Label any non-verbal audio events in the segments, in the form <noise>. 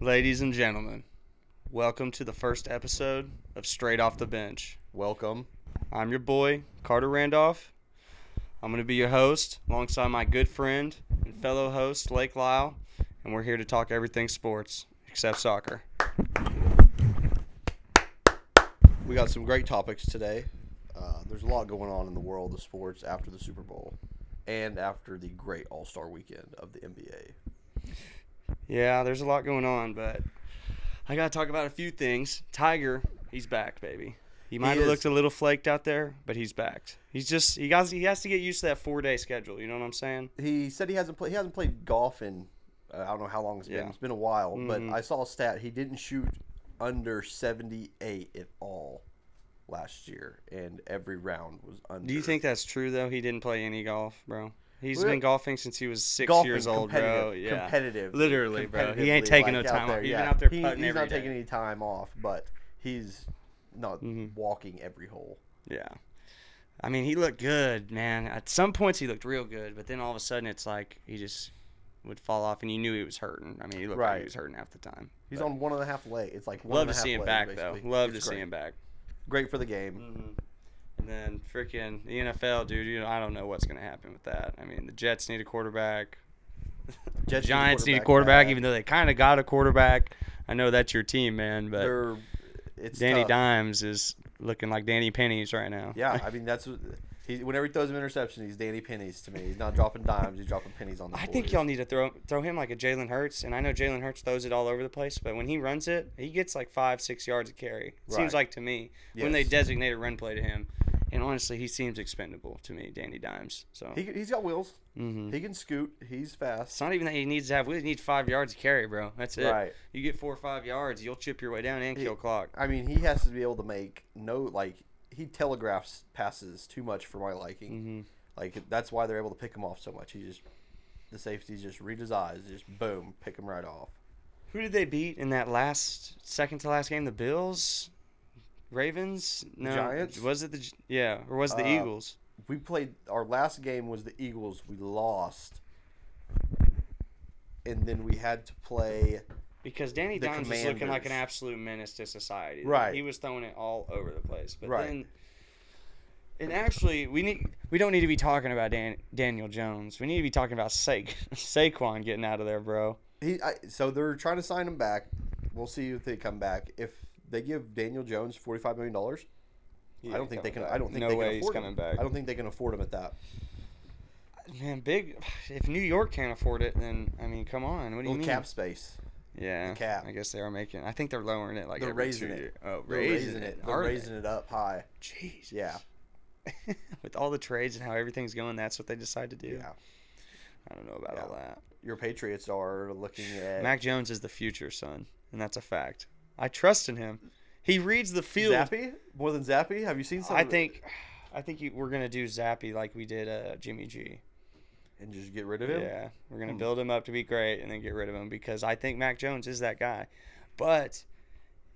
Ladies and gentlemen, welcome to the first episode of Straight Off the Bench. Welcome. I'm your boy, Carter Randolph. I'm going to be your host alongside my good friend and fellow host, Lake Lyle, and we're here to talk everything sports except soccer. We got some great topics today. Uh, there's a lot going on in the world of sports after the Super Bowl and after the great All Star weekend of the NBA. Yeah, there's a lot going on, but I got to talk about a few things. Tiger, he's back, baby. He might have is. looked a little flaked out there, but he's back. He's just he got he has to get used to that 4-day schedule, you know what I'm saying? He said he hasn't played. He hasn't played golf in uh, I don't know how long it's been. Yeah. It's been a while, Mhm. but I saw a stat. He didn't shoot under 78 at all last year, and every round was under. Do you think that's true though? He didn't play any golf, bro. He's Well, been golfing since he was six golfing, years old, competitive, bro. Yeah, competitive, Literally, bro. He ain't competitively, taking no out time off. He's been yeah. out there He- putting He's every not day. taking any time off, but he's not Mhm. walking every hole. yeah. I mean, he looked good, man. At some points, he looked real good, but then all of a sudden, it's like he just would fall off, and you knew he was hurting. I mean, he looked like he Right. was hurting half the time. He's But on one and a half leg. It's like one Love and to a half see him leg, back basically. though. Love It's to see great. him back. Great for the game. hmm And then freaking the NFL, dude. You know, I don't know what's gonna happen with that. I mean, the Jets need a quarterback. Jets the Giants need a quarterback, even though they kind of got a quarterback. I know that's your team, man, but They're, it's Danny tough. Dimes is looking like Danny Pennies right now. Yeah, I mean that's what, he. Whenever he throws an interception, he's Danny pennies to me. He's not dropping dimes. He's dropping pennies on the. <laughs> I board. think y'all need to throw throw him like a Jalen Hurts, and I know Jalen Hurts throws it all over the place, but when he runs it, he gets like five, six yards of carry. It Seems Right. like to me when they Yes. designate a run play to him, and honestly, he seems expendable to me, Danny Dimes. So He, he's got wheels. mhm. He can scoot. He's fast. it's not even that he needs to have. We need five yards of carry, bro. That's it. Right. You get four or five yards, you'll chip your way down and He- kill clock. I mean, he has to be able to make no like he telegraphs passes too much for my liking. hmm Like that's why they're able to pick him off so much. He just the safeties just read his eyes, just boom, pick him right off. Who did they beat in that last second to last game? The Bills, Ravens, no, Giants? Was it the Gi- yeah, or was it the Uh, Eagles? We played our last game was the Eagles. We lost, and then we had to play. Because Danny the Dimes was looking like an Commanders. absolute menace to society. Right. he was throwing it all over the place. But Right. then, and actually, we need we don't need to be talking about Dan, Daniel Jones. We need to be talking about Sa- <laughs> Saquon getting out of there, bro. He I, so they're trying to sign him back. We'll see if they come back. If they give Daniel Jones forty five million dollars, He I ain't don't think they can. coming I don't back. think no they can way afford he's coming him. back. I don't think they can afford him at that. Man, big. If New York can't afford it, then I mean, come on. What do you Little mean? cap space. Yeah, cap. I guess they are making. I think they're lowering it like They're every raising two it. year- Oh, They're raising, it. it. They're are they? raising it up high. Jeez. Yeah. <laughs> With all the trades and how everything's going, that's what they decide to do. Yeah. I don't know about all that. Your Patriots are looking at Mac Jones is the future, son, and that's a fact. I trust in him. He reads the field. Zappy more than Zappy. Have you seen? Some I of it? think, <sighs> I think you, we're gonna do Zappy like we did uh, Jimmy G. and just get rid of him. Yeah, we're gonna Hmm. build him up to be great and then get rid of him because I think Mac Jones is that guy. But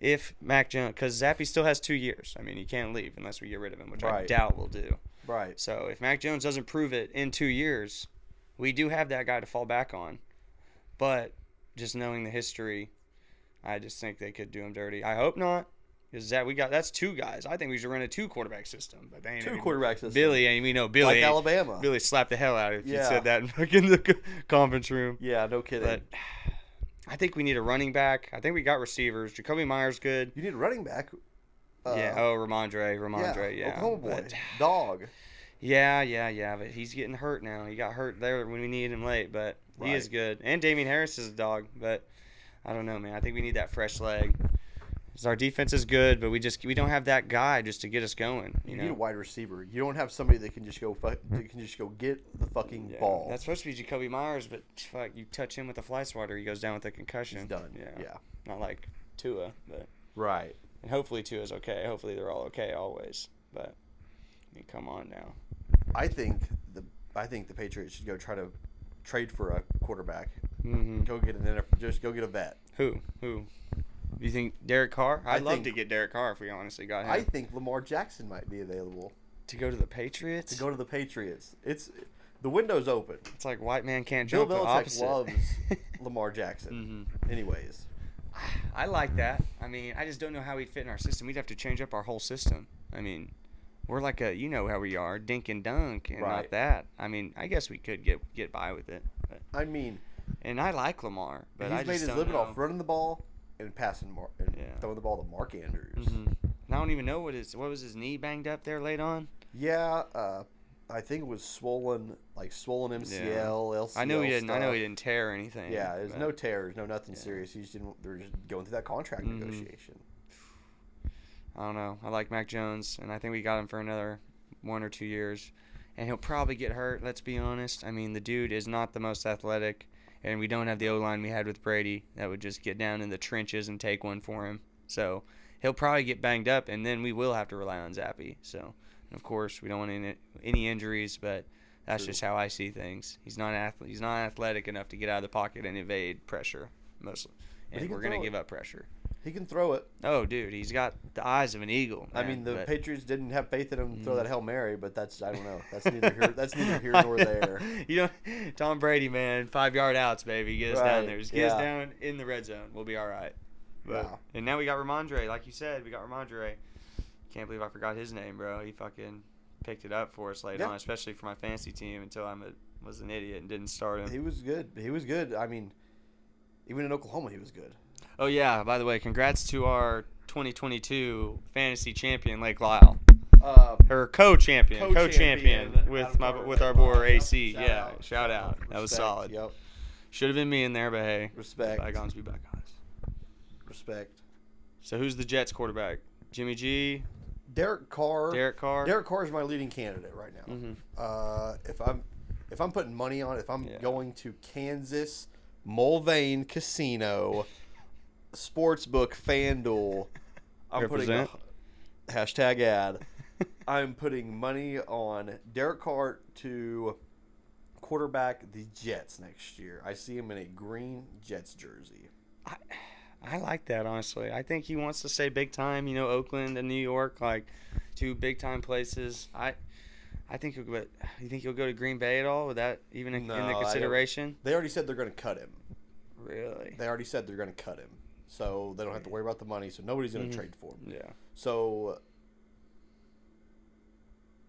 if Mac Jones, because Zappy still has two years, I mean he can't leave unless we get rid of him, which I Right. doubt we'll do. Right. So if Mac Jones doesn't prove it in two years, we do have that guy to fall back on. But just knowing the history, I just think they could do him dirty. I hope not. Is that we got? That's two guys. I think we should run a two quarterback system. But they ain't Two even- quarterbacks. this Billy ain't we know season. Billy like ain't- Alabama. Billy slapped the hell out of if you Yeah. said that <laughs> in fucking the co- conference room. Yeah, no kidding. But I think we need a running back. I think we got receivers. Jacoby Myers good. you need a running back. Uh, yeah. Oh, Ramondre. Ramondre. Yeah. Oklahoma boy, But- dog. yeah, yeah, yeah. But he's getting hurt now. He got hurt there when we needed him late, but he is Right. good. And Damien Harris is a dog, but I don't know, man. I think we need that fresh leg. 'Cause Our defense is good, but we just we don't have that guy just to get us going. You, You know, Hmm. need a wide receiver. You don't have somebody that can just go. Fuck, that can just go get the fucking Yeah, ball. That's supposed to be Jacoby Myers, but fuck, you touch him with a fly swatter, he goes down with a concussion. He's done. Yeah, yeah. not like Tua, but Right. and hopefully Tua's okay. Hopefully they're all okay always. But I mean, come on now. I think the I think the Patriots should go try to trade for a quarterback. hmm Go get an NFL, just go get a vet. Who? Who? You think Derek Carr? I'd I love think- to get Derek Carr if we honestly got him I think Lamar Jackson might be available to go to the Patriots. to go to the Patriots. It's the window's open. it's like white man can't Bill jump. but <laughs> Belichick opposite. loves Lamar Jackson. hmm Anyways, I like that. I mean, I just don't know how he'd fit in our system. We'd have to change up our whole system. I mean, we're like a you know how we are, dink and dunk, and Right. not that. I mean, I guess we could get get by with it. But, I mean, and I like Lamar, but he's I just made his don't living know. off running the ball and passing Mar- and Yeah. throwing the ball to Mark Andrews. Mhm. And I don't even know what his what was his knee banged up there late on. Yeah, uh, I think it was swollen, like swollen MCL, LCL. I know he didn't. I know stuff. he didn't tear anything. Yeah, there's but- no tears, no nothing Yeah. serious. He just didn't. They're just going through that contract Mhm. negotiation. I don't know. I like Mac Jones, and I think we got him for another one or two years, and he'll probably get hurt. Let's be honest. I mean, the dude is not the most athletic, and we don't have the O line we had with Brady that would just get down in the trenches and take one for him. So he'll probably get banged up, and then we will have to rely on Zappy. So, and of course, we don't want any, any injuries, but that's True. just how I see things. He's not athlete. He's not athletic enough to get out of the pocket and evade pressure mostly, But he and can we're gonna throw it. give up pressure. He can throw it. Oh, dude, he's got the eyes of an eagle. I mean, man, the but- Patriots didn't have faith in him to throw Mm. that hail mary, but that's I don't know. <laughs> That's neither here. That's neither here nor there. you know, Tom Brady, man, five yard outs, baby. Get us down Right, there. Just get us yeah. down in the red zone. We'll be all right. But, Yeah. And now we got Ramondre. Like you said, we got Ramondre. Can't believe I forgot his name, bro. He fucking picked it up for us late Yeah. on, especially for my fantasy team until I'm a, was an idiot and didn't start him. He was good. He was good. I mean, even in Oklahoma, he was good. Oh, yeah. By the way, congrats to our 2022 fantasy champion, Lake Lyle. Uh, or co-champion, Co-champion, co-champion, Adam with my Carter, with our Red boy Line, yep, AC. shout yeah, out. shout out. That was respect, solid. Yep. Should have been me in there, but hey, Respect. bygones be bygones. Respect. So who's the Jets quarterback? Jimmy G, Derek Carr. Derek Carr. Derek Carr is my leading candidate right now. hmm Uh, if I'm if I'm putting money on, if I'm Yeah. going to Kansas Mulvane Casino, sportsbook FanDuel, I'm Represent. putting a, hashtag ad. I'm putting money on Derek Carr to quarterback the Jets next year. I see him in a green Jets jersey. I like that honestly. I think he wants to stay big time. You know, Oakland and New York, like two big time places. I. I think he'll go. You think he'll go to Green Bay at all? Would that even in- No, I in the don't- consideration? They already said they're going to cut him. Really? They already said they're going to cut him. So they don't have to worry about the money. So nobody's going to Mhm. trade for him. Yeah. So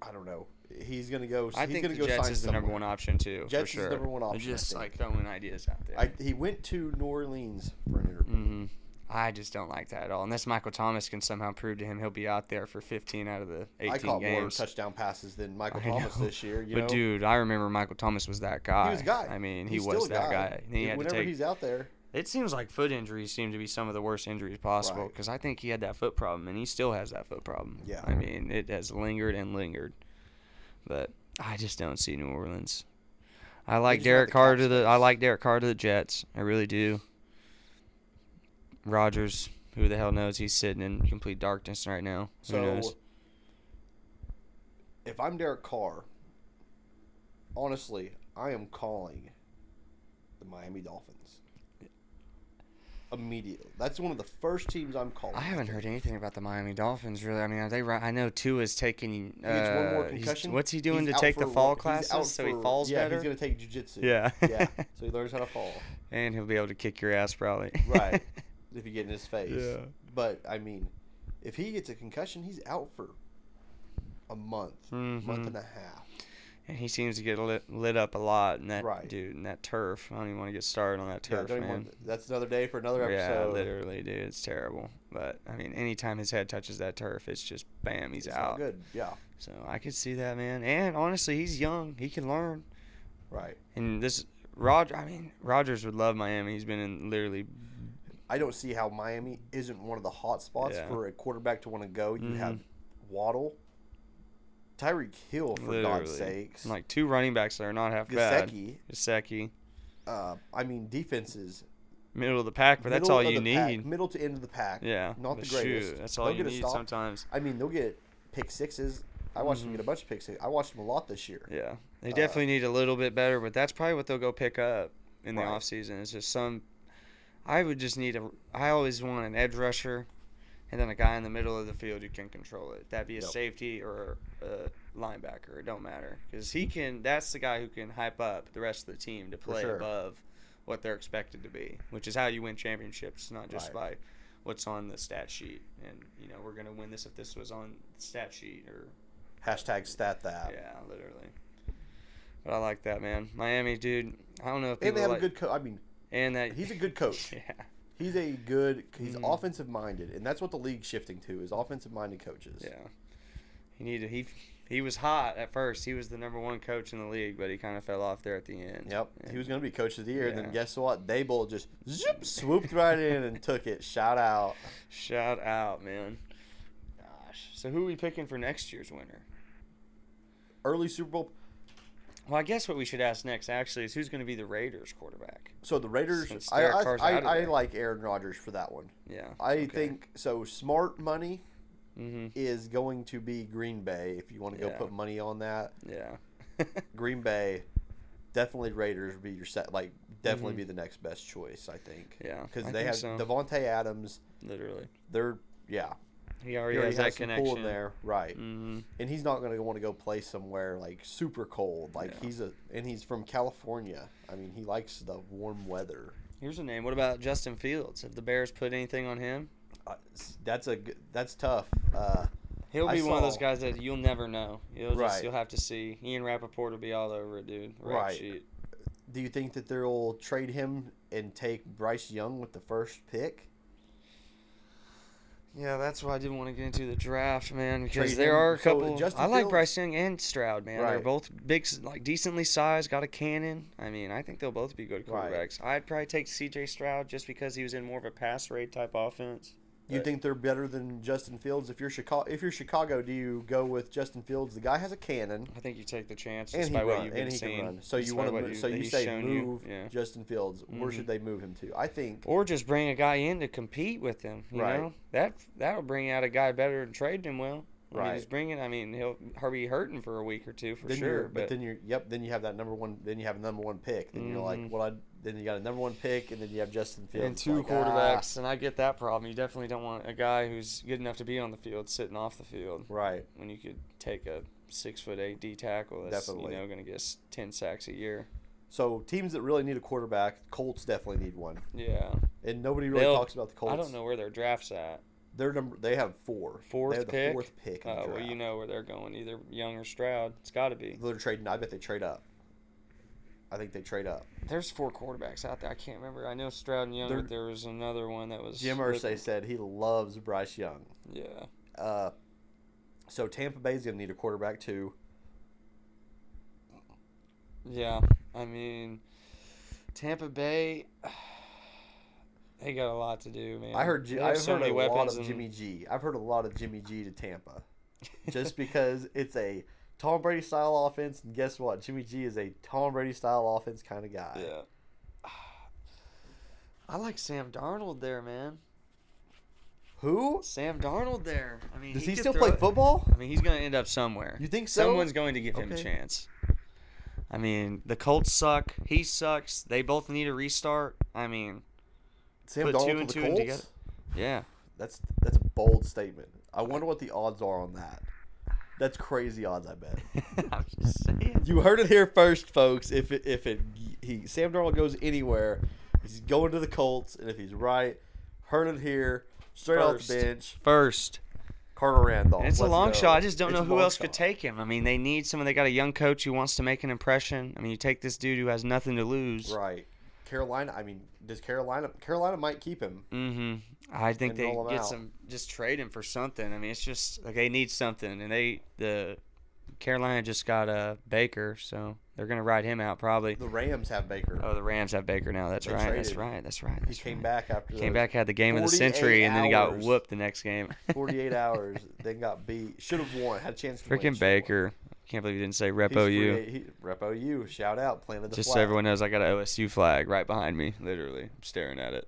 I don't know. He's gonna go. I he's think gonna the go Jets sign is the number somewhere. one option too. Jets for is sure. the number one I'm option, I just think. like throwing ideas out there. I, he went to New Orleans for an interview. hmm I just don't like that at all. Unless Michael Thomas can somehow prove to him he'll be out there for 15 out of the 18 I caught more games. touchdown passes than Michael I Thomas know, this year. You but know, dude, I remember Michael Thomas was that guy. he was a guy. I mean, he He's was still a that guy. And he Dude, had to Whenever take. he's out there, It seems like foot injuries seem to be some of the worst injuries possible Right. because I think he had that foot problem and he still has that foot problem. Yeah. I mean, it has lingered and lingered, but I just don't see New Orleans. I like just don't have Derek the Carr cap to the. I space. like Derek Carr to the Jets. I really do. Rogers, who the hell knows? He's sitting in complete darkness right now. Who so knows? if I'm Derek Carr, honestly, I am calling the Miami Dolphins immediately. That's one of the first teams I'm calling. I haven't heard anything about the Miami Dolphins really. I mean, are they? ri- I know Tua's taking. Uh, gets one more he's- concussion, what's he doing he's to out take for the a wa- fall he's out classes so he for- falls yeah, better? He's gonna take jujitsu. Yeah. <laughs> yeah. So he learns how to fall and he'll be able to kick your ass probably. <laughs> Right. if you get in his face. Yeah. But I mean, if he gets a concussion, he's out for a month, month Mhm. and a half. and he seems to get lit, lit up a lot, and that Right. dude, and that turf. I don't even want to get started on that Yeah, turf, don't even man. want- that's another day for another yeah, episode. literally, dude, it's terrible. But I mean, anytime his head touches that turf, it's just bam, he's It's not out. good. Yeah. So I could see that, man. And honestly, he's young; he can learn. Right. And this Roger, I mean, Rogers would love Miami. He's been in literally I don't see how Miami isn't one of the hot spots Yeah. for a quarterback to want to go. You Mhm. have Waddle, Tyreek Hill, for God's Literally. sakes, like two running backs that are not half bad. Gesicki. Gasecki, Uh, I mean, defenses. middle of the pack, but that's middle all of you the pack- need. middle to end of the pack. Yeah, Not but the greatest. shoot, that's all They'll you get a need stop. sometimes. I mean, they'll get pick sixes. I watched them get a bunch of pick sixes. I watched them a lot this year. Mm-hmm. Yeah, they Uh, definitely need a little bit better, but that's probably what they'll go pick up in the Right. off season. It's just some. I would just need a. I always want an edge rusher, and then a guy in the middle of the field who can control it. That be a Yep. safety or a linebacker. It don't matter because he can. That's the guy who can hype up the rest of the team to play sure. above what they're expected to be, which is how you win championships, not just Right. by what's on the stat sheet. And you know, we're gonna win this if this was on the stat sheet or Hashtag stat that. yeah, literally. But I like that man, Miami dude. I don't know if And people they have like a good coach. I mean, and that <laughs> he's a good coach. yeah. He's a good. He's Mhm. offensive minded, and that's what the league's shifting to is offensive minded coaches. Yeah, he needed he he was hot at first. He was the number one coach in the league, but he kind of fell off there at the end. Yep. He was going to be coach of the year, and Yeah. then guess what? Dable just zoop, swooped right in and took it. Shout out. Shout out, man. Gosh. So who are we picking for next year's winner? Early Super Bowl. Well, I guess what we should ask next actually is who's going to be the Raiders quarterback. So the Raiders. Since I Derek I, Carr's I, out of I there. like Aaron Rodgers for that one. Yeah. I think so. Smart money hmm is going to be Green Bay. If you want to go Yeah. put money on that, Yeah. <laughs> Green Bay, definitely Raiders would be your set. Like definitely be the next best choice. I think. Hmm. Yeah, Because I they think have so. Devonte Adams. Literally. They're yeah. He He already, already has, that has some connection pull in there, right? hmm and he's not going to want to go play somewhere like super cold. Like Yeah. he's a and he's from California. I mean, he likes the warm weather. Here's a name. What about Justin Fields? Have the Bears put anything on him? Uh, s- that's a g- that's tough. Uh, He'll I be one of those saw- guys that you'll never know. You'll Right. just you'll have to see. Ian Rappaport will be all over it, dude. Rap Right. sheet. do you think that they'll trade him and take Bryce Young with the first pick? Yeah, that's why I didn't want to get into the draft, man, because Trade there him. are a So, couple. Justin I like Fields- Bryce Young and Stroud, man. They're Right. both big, like decently sized, got a cannon. I mean, I think they'll both be good Right. quarterbacks. I'd probably take C.J. Stroud just because he was in more of a pass rate type offense. You Right. think they're better than Justin Fields? If you're Chicago, if you're Chicago, do you go with Justin Fields? The guy has a cannon I think you take the chance and just he, by what run, you've been and he seeing. can run. So just you by want what to so you he's say shown you. move Yeah. Justin Fields. Where Mhm. should they move him to? I think or just bring a guy in to compete with him. You Right. know that that will bring out a guy better and trade him well. I mean, Right. just bring it. I mean, he'll Harvey hurting for a week or two for then sure. you're, but, then you're yep. Then you have that number one. Then you have a number one pick. Then you're like, Mhm. well, I, then you got a number one pick, and then you have Justin Fields and two like, ah, quarterbacks, and I get that problem. You definitely don't want a guy who's good enough to be on the field sitting off the field right, when you could take a six foot eight D tackle that's Definitely. you know going to get s- ten sacks a year. so teams that really need a quarterback, Colts definitely need one, Yeah, and nobody really They'll- talks about the Colts. I don't know where their draft's at. Their number, they have four. Fourth they have pick? the fourth pick. In the Uh, well, you draft. know where they're going, either Young or Stroud. It's got to be. they're trading. I bet they trade up. I think they trade up. There's four quarterbacks out there. I can't remember. I know Stroud and Young, They're- but there was another one that was Jim with- Irsay said he loves Bryce Young. Yeah, Uh, so Tampa Bay's gonna need a quarterback too. yeah. I mean, Tampa Bay. <sighs> They got a lot to do, man. I heard. They Ji- have I've so heard many a lot weapons of and- <laughs> Jimmy G. I've heard a lot of Jimmy G to Tampa, just because it's a Tom Brady style offense, and guess what? Jimmy G is a Tom Brady style offense kind of guy. Yeah. <sighs> I like Sam Darnold there, man. Who Sam Darnold there. I mean, does he, could still throw play it- football? I mean, he's going to end up somewhere. You think so? Someone's going to give him a Okay. chance. I mean, the Colts suck. He sucks. They both need a restart. I mean, Sam put two Darnold and to two the and Colts. together. yeah. That's that's a bold statement. I wonder what the odds are on that. That's crazy odds. I bet. <laughs> I'm just saying. You heard it here first, folks. If it, if it he Sam Darnold goes anywhere, he's going to the Colts, and if he's right, heard it here straight off First. the bench. First. Carter Randolph. And it's a let's long go. shot. I just don't It's know a who long else could shot. take him. I mean, they need someone. They got a young coach who wants to make an impression. I mean, you take this dude who has nothing to lose. Right, Carolina. I mean, does Carolina? Carolina might keep him. hmm I think And they roll 'em get out. some. Just trade him for something. I mean, it's just like they need something, and they the Carolina just got a Baker, so they're gonna ride him out probably. The Rams have Baker. Oh, the Rams have Baker now. That's They right. That's traded. right. That's right. he That's came right. back after Came those back <laughs> had the game of the 48 century, and then he got hours. whooped the next game. <laughs> 48 hours. Then got beat. Should have won. Had a chance. to win, Freaking should've Baker! Can't believe you didn't say Rep won. He's free OU. a- he- Rep OU. Shout out. Planted the Just so flag. everyone knows, I got an OSU flag right behind me. Literally, I'm staring at it.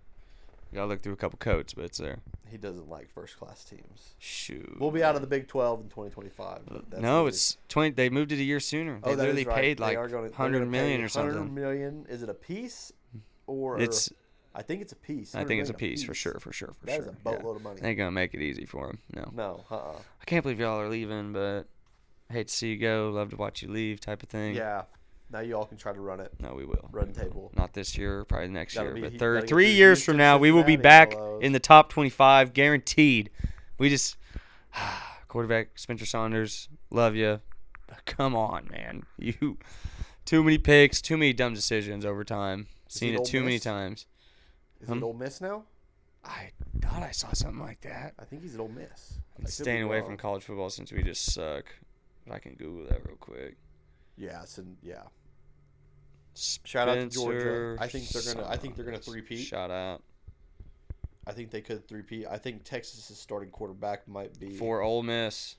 Gotta look through a couple coats, but it's there. He doesn't like first class teams. Shoot. We'll be out of the Big 12 in 2025. But that's Uh, no, neither- it's twenty. They moved it a year sooner. They Oh, that is literally right. paid They like are gonna- they're hundred gonna million pay or 100 something. million. Is it a piece or It's. I think it's a piece. I think it's a 100 million piece for sure, for sure, for That sure. is a yeah. boatload of money. Ain't gonna make it easy for him. No, No, uh-uh. I can't believe y'all are leaving, but hate to see you go. Love to watch you leave, type of thing. Yeah. Now you all can try to run it. No, we will. Run We will. table. Not this year, probably next Gotta year, be- but he- third, gotta get three through years Houston, from now, we will be Cincinnati, back all those. in the top 25, guaranteed. We just <sighs> quarterback Spencer Saunders, love you. <laughs> Come on, man, you too many picks, too many dumb decisions over time. he Seen at it Ole too many Miss? times. Is Hmm? it Ole Miss now? I thought I saw something like that. I think he's at Ole Miss. I I'm could be staying away wrong. from college football since we just suck. But I can Google that real quick. Yeah, it's in, yeah. Shout out to Georgia. I think they're gonna- I think they're gonna Saunders. three-peat. Shout out I think they could three P. I think Texas's starting quarterback might be for Ole Miss.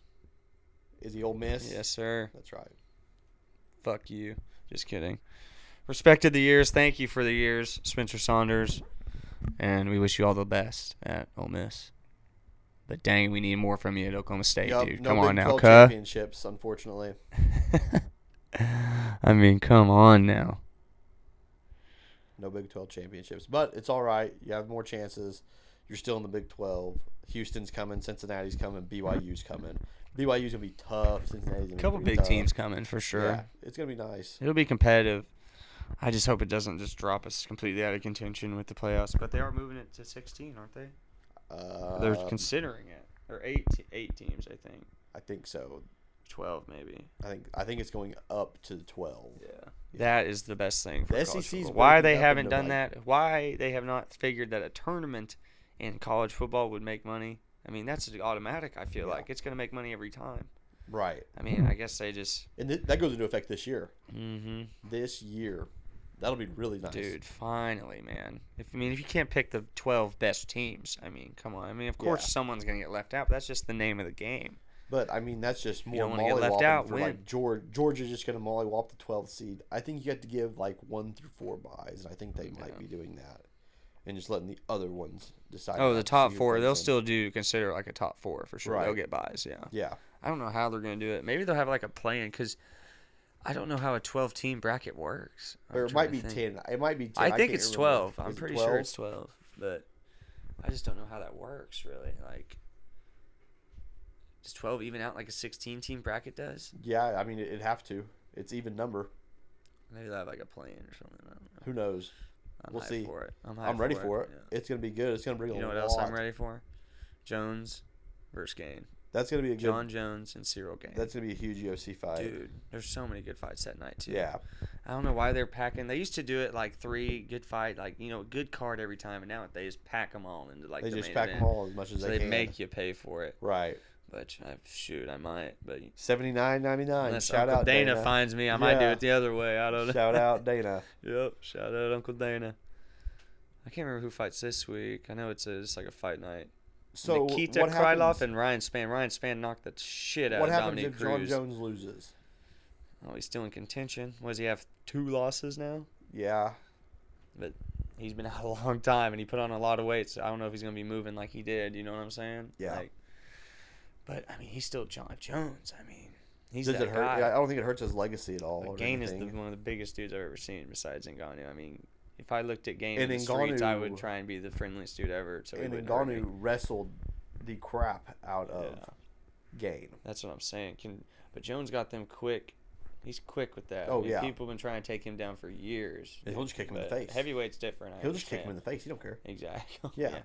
Is he Ole Miss? Yes, sir. that's right. Fuck you. Just kidding. Respected the years. Thank you for the years, Spencer Saunders. And we wish you all the best at Ole Miss. But dang, we need more from you at Oklahoma State, Yup, dude. no Come Big on now, 12 cuh. championships, unfortunately. <laughs> I mean, come on now. No Big Twelve championships, but it's all right. You have more chances. You're still in the Big Twelve. Houston's coming. Cincinnati's coming. BYU's coming. BYU's gonna be tough. Cincinnati's gonna A couple be pretty big tough. teams coming for sure. Yeah, it's gonna be nice. It'll be competitive. I just hope it doesn't just drop us completely out of contention with the playoffs. But they are moving it to 16, aren't they? Uh, They're considering it. Or eight, eight teams, I think. I think so. 12 maybe. I think I think it's going up to twelve. Yeah. That is the best thing for The college SEC 's E football. Why broken they up haven't into, done like- that, why they have not figured that a tournament in college football would make money. I mean, that's automatic, I feel Yeah. Hmm. like. It's going to make money every time. Right, I mean, I guess they just. and th- that goes into effect this year. hmm Mm-hmm. This year, that'll be really nice. Dude, finally, man. If I mean, if you can't pick the 12 best teams, I mean, come on. I mean, of course Yeah. someone's going to get left out, but that's just the name of the game. But I mean, that's just more don't wanna get left mollywhopping out, for win. like Georgia. Georgia's just going to mollywop the 12th seed. I think you have to give like one through four buys, and I think they might Yeah. be doing that, and just letting the other ones decide. Oh, how the to top seed four. things They'll in. still do consider like a top four for sure. They'll Right. get buys, yeah. Yeah, I don't know how they're going to do it. Maybe they'll have like a plan because I don't know how a 12 team bracket works. I'm or it trying might to be think. 10. It might be 10. I think can't it's remember. 12. I'm Is it pretty 12? sure it's 12, but I just don't know how that works really. Like, does 12 even out like a 16 team bracket does? Yeah, I mean, it- it'd have to. It's even number. Maybe they'll have like a plan or something. I don't know. Who knows? I'm We'll hyped see. For it. I'm, I'm hyped ready for it. yeah. It's going to be good. It's going to bring You a know what lot. else I'm ready for? Jones versus Gain. That's going to be a good. John Jones and Cyril Gain. That's going to be a huge UFC fight. Dude, there's so many good fights that night too. Yeah, I don't know why they're packing. They used to do it like three good fight, like you know, good card every time, and now they just pack them all into like they the just main pack event. them all as much as So they, they can. make you pay for it. right. But I, shoot, I might. But Seventy nine ninety nine. unless Shout Uncle out Dana, Dana. finds me, I might do Yeah. it the other way. I don't know. <laughs> Shout out Dana. yep. Shout out Uncle Dana. I can't remember who fights this week. I know it's a, it's like a fight night. So Nikita what happens, Krylov and Ryan Span. Ryan Span knocked the shit out what of happens Dominic if John Cruz. Jones loses? Oh, he's still in contention. What does he have? Two losses now. Yeah, he's been <laughs> out a long time and he put on a lot of weight. So I don't know if he's gonna be moving like he did. You know what I'm saying? Yeah. Like, but I mean, he's still John Jones. I mean, he's does that it hurt? guy. I don't think it hurts his legacy at all. But or Gain is the, anything. one of the biggest dudes I've ever seen besides Ngannou. I mean, if I looked at Gain in And the streets, I would Ngannou- try and be the friendliest dude ever. So he and wouldn't hurt me. Ngannou wrestled the crap out of Yeah. Gain. That's what I'm saying. Can but Jones got them quick. He's quick with that. Oh, I mean, yeah. People have been trying to take him down for years. And he'll just kick him in the But face. Heavyweight's different. I He'll just kick him understand. in the face. He don't care. Exactly. <laughs> Yeah.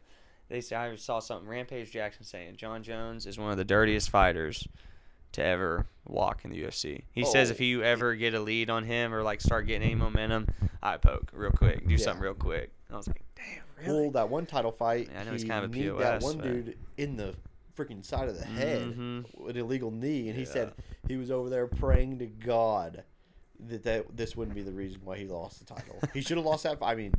They say I saw something. Rampage Jackson saying John Jones is one of the dirtiest fighters to ever walk in the UFC. He says Oh. if you ever get a lead on him or like start getting any momentum, I poke real quick, do Yeah. something real quick. And I was like, damn, really? Well, that one title fight, Yeah, I know he he's kind of a kneed POS, that one but- dude in the freaking side of the head Mhm. with an illegal knee, and he Yeah. said he was over there praying to God that, that this wouldn't be the reason why he lost the title. he should have lost that. I mean,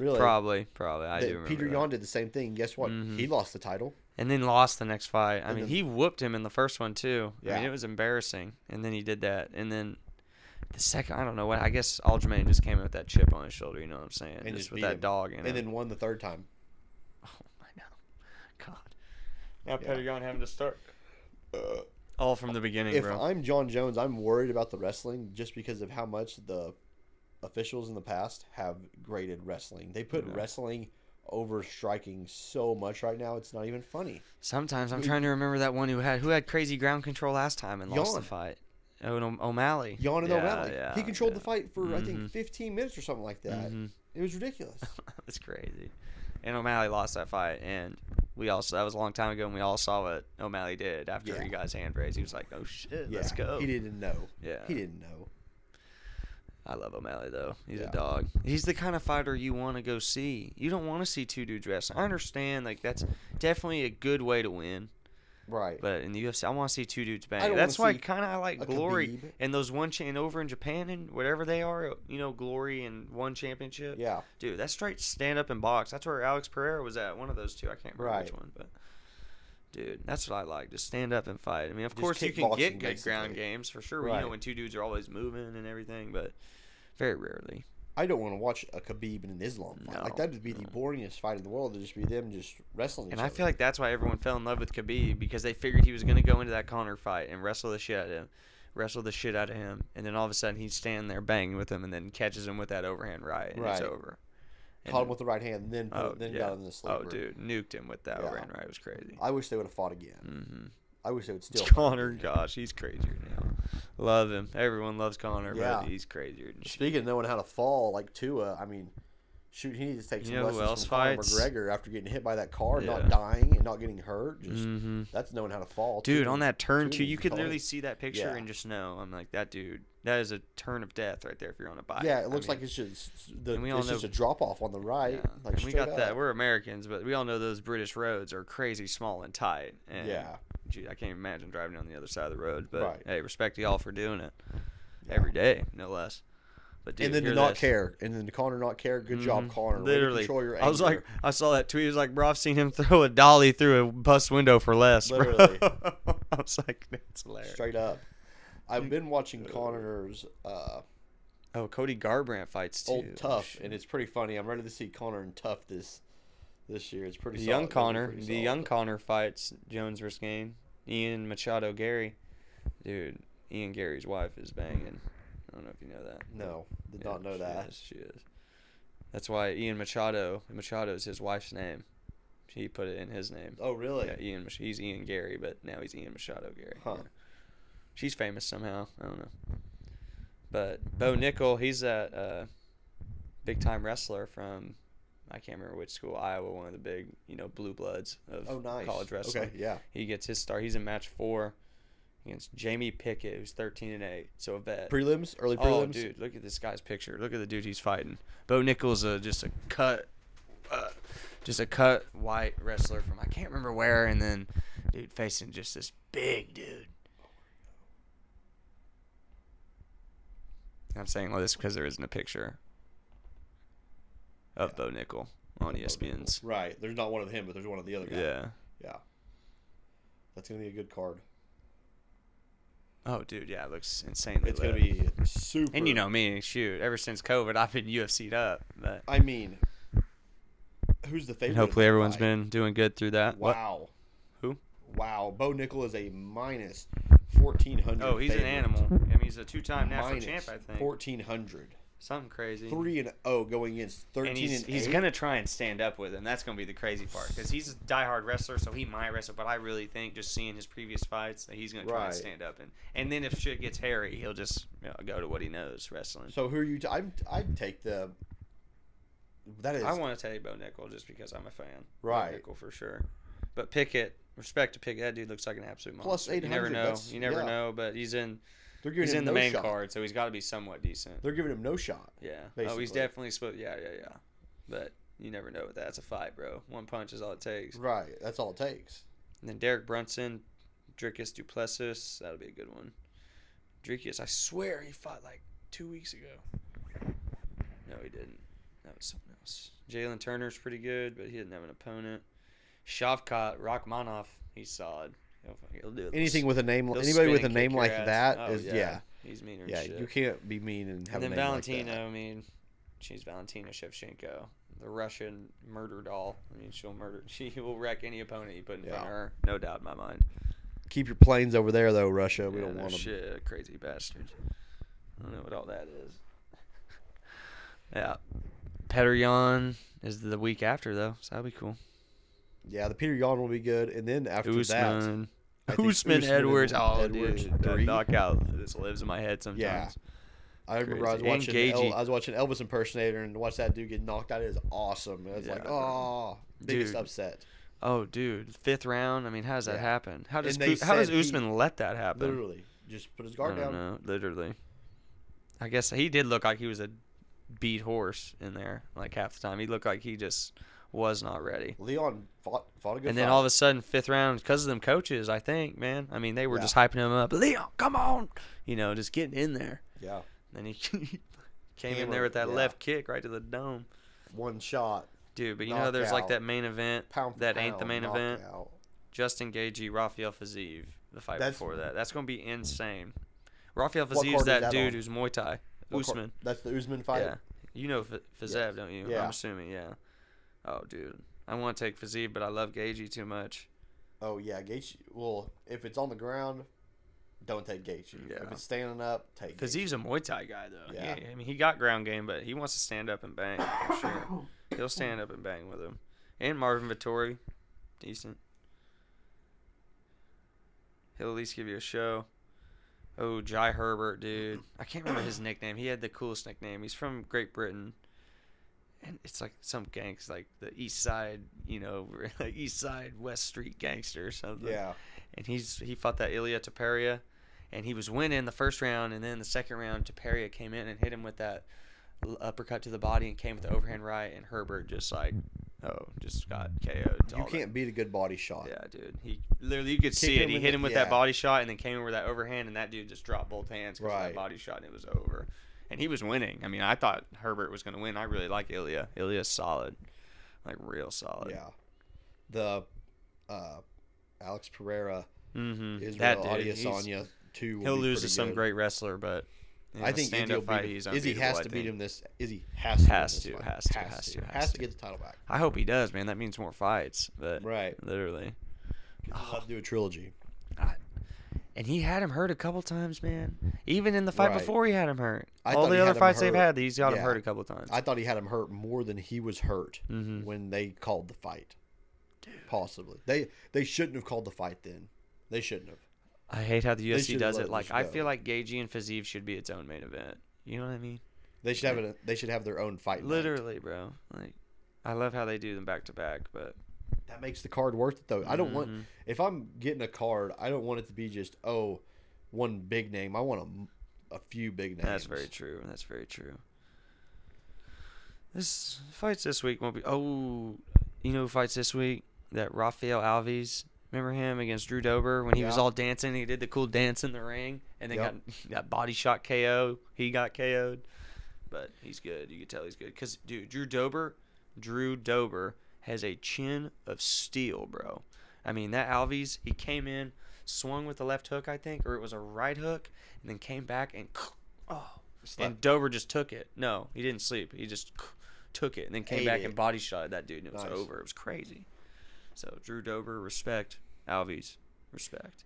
really, probably, probably. I that do remember Peter that. Yan did the same thing. Guess what? Mhm. He lost the title. and then lost the next fight. I And mean, then- he whooped him in the first one too. I mean, Yeah. it was embarrassing. And then he did that. And then the second, I don't know what. I guess Aljamain just came in with that chip on his shoulder. You know what I'm saying? And just just with beat that him. dog. You know? and then won the third time. I know. <laughs> God. Now Yeah. Peter Yan having to start all from the beginning, If bro. I'm John Jones, I'm worried about the wrestling just because of how much the officials in the past have graded wrestling. They put Yeah. wrestling over striking so much right now, it's not even funny. Sometimes I'm trying to remember that one who had who had crazy ground control last time and lost the Yan. fight. Oh, and O- O'Malley. Yon and Yeah, O'Malley. yeah, he controlled yeah. the fight for I Mhm. think 15 minutes or something like that. Mhm. It was <laughs> ridiculous. Mm-hmm. That's crazy. And O'Malley lost that fight, and we also that was a long time ago, and we all saw what O'Malley did after Yeah. he got his hand raised. He was like, "Oh shit, let's Yeah, go." He didn't know. Yeah. He didn't know. I love O'Malley though. He's Yeah. a dog. He's the kind of fighter you want to go see. You don't want to see two dude wrestling. I understand, like that's definitely a good way to win. Right. But in the UFC, I want to see two dudes don't bang. wanna That's why see kind of I like a glory Khabib. and those one chain over in Japan and whatever they are, you know, glory and one championship. yeah. Dude, that's straight stand up and box. That's where Alex Pereira was at. One of those two. I can't remember which Right. one, but dude, that's what I like. Just stand up and fight. I mean, of Just course you can kickboxing, get good ground basically. games for sure. You know, Right. when two dudes are always moving and everything, but very rarely. I don't want to watch a Khabib and an Islam fight. Like No, that would be the boringest fight in the world. To just be them just wrestling. And each I other. feel like that's why everyone fell in love with Khabib because they figured he was going to go into that Connor fight and wrestle the shit out of him, wrestle the shit out of him, and then all of a sudden he's standing there banging with him and then catches him with that overhand right and it's Right. over. And caught him then- with the right hand, and then put- oh, then yeah. got him in the sleeper. Oh, dude, nuked him with that Yeah. overhand right. It was crazy. I wish they would have fought again. hmm I wish they would still. Connor, gosh, he's crazier now. Love him. Everyone loves Connor, Yeah. but he's crazier. than shit. <laughs> Speaking of knowing how to fall, like Tua, I mean, shoot, he needs to take You some know who lessons else from Conor fights? McGregor after getting hit by that car, and Yeah. not dying and not getting hurt. Just Mhm. that's knowing how to fall, Dude, Tua- on that turn Tua too, needs you to could call it. literally see that picture Yeah. and just know. I'm like, that dude, that is a turn of death right there if you're on a bike. Yeah, it looks like it's just the, and we all it's just know- a drop off on the right. Like we straight got up. that. We're Americans, but we all know those British roads are crazy small and tight. And Yeah. gee, I can't even imagine driving on the other side of the road. But Right. hey, respect y'all for doing it every day, no less. But dude, and then to hear not this. care, and then to Connor not care. Good job, Connor. Way to Mm-hmm. Literally, control your I was anger. like, I saw that tweet. It was like, bro, I've seen him <laughs> throw a dolly through a bus window for less, bro. Literally. <laughs> I was like, that's hilarious. straight up. I've been watching Connor's uh, Oh, Cody Garbrandt fights too. old tough, Shit. and it's pretty funny. I'm ready to see Connor and tough this this year. It's pretty the solid. young It'll be Connor, pretty the solid. young Connor fights Jones versus Gain. Ian Machado Gary, dude. Ian Gary's wife is banging. I don't know if you know that. No, did Yeah, not know she that. is, she is. That's why Ian Machado. Machado is his wife's name. He put it in his name. Oh really? Yeah, Ian. Mach- He's Ian Gary, but now he's Ian Machado Gary. Huh. Yeah. She's famous somehow. I don't know. But Bo Nickel, he's that uh, big time wrestler from I can't remember which school, Iowa, one of the big you know blue bloods of Oh nice. college wrestling. Okay, yeah. He gets his start. He's in match four against Jamie Pickett, who's thirteen and eight, so a vet. Prelims, early prelims. Oh, dude, look at this guy's picture. Look at the dude he's fighting. Bo Nichols, uh, just a cut, uh, just a cut white wrestler from I can't remember where, and then dude facing just this big dude. I'm saying all this because there isn't a picture of Bo Nickel on E ESPN's. Right. There's not one of him, but there's one of the other guy. Yeah. Yeah. That's gonna be a good card. Oh, dude, yeah, it looks insanely. It's gonna lit. be super. And you know me, shoot. Ever since COVID, I've been UFC'd up, but I mean, who's the favorite? And in hopefully that everyone's fight? been doing good through that. What? Wow. Who? Wow. Bo Nickel is a minus fourteen hundred. Oh, he's an animal. I mean, he's a two-time national Minus champ, I think. fourteen hundred. Something crazy. Three and oh going against thirteen and he's, and he's eight? gonna try and stand up with him. That's gonna be the crazy part because he's a diehard wrestler, so he might wrestle. But I really think just seeing his previous fights, that he's gonna try and Right. stand up and and then if shit gets hairy, he'll just you know, go to what he knows wrestling. So who are you? T- I'm. I'd take the. That is I want to tell you Bo Nickel just because I'm a fan. Bo Right. Nickel for sure. But Pickett, respect to Pickett. That dude looks like an absolute monster. Plus You never 800, know. that's- You never yeah. know. But he's in They're giving he's him in the no main shot. card, so he's got to be somewhat decent. They're giving him no shot. Yeah. Oh, basically. he's definitely split. Yeah, yeah, yeah. But you never know with that. It's a fight, bro. One punch is all it takes. Right. That's all it takes. And then Derek Brunson, Drickus Duplessis. That'll be a good one. Drickus, I swear he fought like two weeks ago. No, he didn't. That was something else. Jalen Turner's pretty good, but he didn't have an opponent. Shavkat Rachmanov, he's solid. He'll, he'll do it. Anything with a name, He'll anybody spin with a and kick name your like ass. that Oh, is yeah, He's meaner. than yeah. shit. You can't be mean and have And a then name Valentina, Like that. I mean, she's Valentina Shevchenko, the Russian murder doll. I mean, she'll murder. <laughs> She will wreck any opponent you put in front Yeah. of her. No doubt in my mind. Keep your planes over there though, Russia. We Yeah, don't no want them. Shit, crazy bastards. I don't know what all that is. <laughs> yeah, Petr Jan is the week after though, so that'll be cool. Yeah, the Peter Yan will be good, and then after that, Usman, I think Usman, Usman Edwards. and Oh, Edwards dude, that three. knockout just lives in my head sometimes. Yeah. I remember I Crazy. was And watching El- Gagey. I was watching Elvis impersonator and watch that dude get knocked out is awesome. It was like, Yeah. oh, biggest Dude. upset. Oh, dude, fifth round. I mean, how does that Yeah. happen? How does And they Coo- how does said he- Usman let that happen? Literally, just put his guard I don't down. know. Literally. I guess he did look like he was a beat horse in there, like half the time. He looked like he just was not ready. Leon fought fought a good and fight. then all of a sudden, fifth round, because of them coaches, I think, man. I mean, they were Yeah. just hyping him up. Leon, come on, you know, just getting in there. yeah, And then he <laughs> came in Hammered, there with that yeah. left kick right to the dome, one shot, dude. But you know, there's like Knockout. that main event pound for that ain't the pound, main event. knockout. Justin Gagey, Rafael Fazeev, the fight That's- before that. That's gonna be insane. Rafael What card Fazeev's is that, that dude on? who's Muay Thai. What cor- Usman. That's the Usman fight. Yeah. You know F- Fazeev, Yes. don't you? Yeah. I'm assuming, yeah. Oh, dude. I want to take Fazeev, but I love Gagey too much. Oh yeah, Gaethje. Well, if it's on the ground, don't take Gaethje. Yeah. If it's standing up, take. Gaethje. Fazeev's a Muay Thai guy, though. Yeah. Yeah. I mean, he got ground game, but he wants to stand up and bang for sure. <coughs> He'll stand up and bang with him. And Marvin Vittori, decent. He'll at least give you a show. Oh, Jai Herbert, dude. I can't remember his nickname. He had the coolest nickname. He's from Great Britain. And it's like some gangs, like the East Side, you know, <laughs> like East Side West Street gangster or something Yeah. and he's he fought that Ilya Taparia, and he was winning the first round, and then the second round Taparia came in and hit him with that l- uppercut to the body and came with the overhand right, and Herbert just like oh just got KO'd. to You all that. can't beat a good body shot. Yeah, dude. He literally you could see it. Kick him He with hit the- him with yeah. that body shot and then came in with that overhand, and that dude just dropped both hands because of Right. that body shot, and it was over. And he was winning. I mean, I thought Herbert was going to win. I really like Ilya. Ilya's solid, like real solid. Yeah. The uh, Alex Pereira, Mm-hmm. Israel Adesanya, two. will He'll be lose to pretty some good. great wrestler, but in I a think Izzy, stand-up will beat fight, him. he's Izzy has unbeatable, I to think. beat him this. Izzy has to. win Has this to, fight. has to, has to, has has to. to get the title back. I hope he does, man. That means more fights, but Right. literally. He'll oh. have to do a trilogy. And he had him hurt a couple times, man. Even in the fight Right. before, he had him hurt. I All thought he the had other him fights they've hurt. had, he's got Yeah. him hurt a couple times. I thought he had him hurt more than he was hurt Mhm. when they called the fight. Possibly, they they shouldn't have called the fight then. They shouldn't have. I hate how the UFC should does let it. Like this I go. feel like Gaige and Fazeev should be its own main event. You know what I mean? They should have it. They should have their own fight. night. Literally, bro. Like I love how they do them back to back, but that makes the card worth it though. I don't Mm-hmm. want if I'm getting a card, I don't want it to be just oh, one big name. I want a, m- a few big names. That's very true. That's very true. This fights this week won't be. Oh, you know who fights this week? That Rafael Alves. Remember him against Drew Dober when he was Yeah. all dancing? He did the cool dance in the ring, and then Yep. got got body shot KO. He got KO'd, but he's good. You can tell he's good because dude, Drew Dober, Drew Dober has a chin of steel, bro. I mean that Alves, he came in, swung with the left hook, I think, or it was a right hook, and then came back and oh, Slap. and Dober just took it. No, he didn't sleep. He just took it and then came Ate back it. and body shot that dude, and it was Nice. over. It was crazy. So Drew Dober, respect. Alves, respect.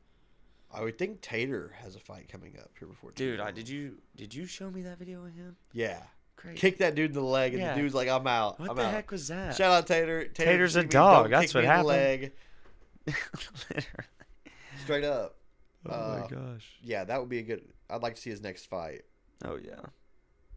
I would think Tater has a fight coming up here before. too Dude, I long. did you did you show me that video of him? Yeah, Crazy. kick that dude in the leg, and Yeah. the dude's like, "I'm out. what I'm the out." heck was that? Shout out Tater. Tater Tater's a kicked me- dog. don't That's what kick me in the happened. leg. <laughs> Literally. Straight up. Oh Uh, my gosh. Yeah, that would be a good. I'd like to see his next fight. Oh yeah.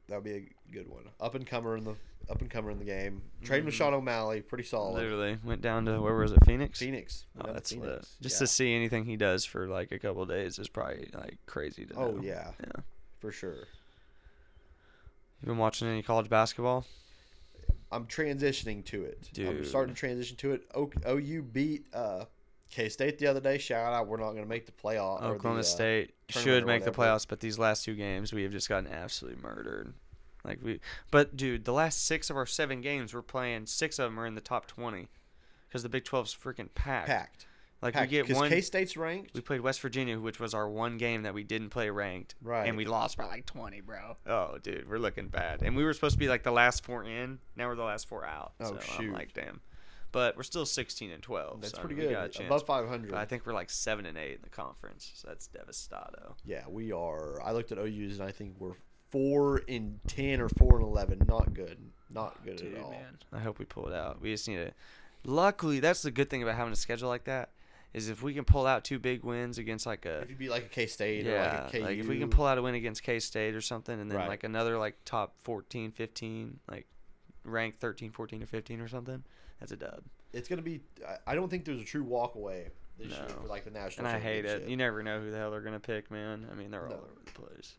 That would be a good one. Up and comer in the up and comer in the game. Trading with Sean O'Malley, pretty solid. Mm-hmm. Literally went down to where was it? Phoenix. Phoenix. Oh, Another that's lit. Phoenix. Just Yeah. to see anything he does for like a couple days is probably like crazy to Oh know. yeah, Yeah. for sure. You been watching any college basketball? I'm transitioning to it. I'm Dude. starting to transition to it. O- OU beat uh, K State the other day. Shout out. We're not going to make the playoff. or the, Oklahoma uh, State tournament should or make the whatever. playoffs, but these last two games we have just gotten absolutely murdered. Like we, but dude, the last six of our seven games we're playing, six of them are in the top twenty, because the Big 12's freaking packed. packed. Like Packed. we get one. K State's ranked. we played West Virginia, which was our one game that we didn't play ranked, Right. And we lost by like twenty, bro. Oh, dude, we're looking bad. And we were supposed to be like the last four in. Now we're the last four out. Oh, so shoot. I'm like, damn. But we're still sixteen and twelve. That's so, I pretty mean, we got a good. chance. Above 500. But I think we're like seven and eight in the conference. So that's devastado. yeah, we are. I looked at OU's and I think we're four and ten or four and eleven. Not good. Not good Dude, at all. man, I hope we pull it out. We just need to. Luckily, that's the good thing about having a schedule like that is if we can pull out two big wins against like a If you beat like a K State yeah, or like a KU, if we can pull out a win against K State or something, and then Right. like another like top 14, 15, like ranked 13, 14, or 15 or something, that's a dub. it's gonna be. I- I don't think there's a true walk away this year No. for like the national. And I hate it. championship. You never know who the hell they're gonna pick, man. I mean, they're all No. over the place.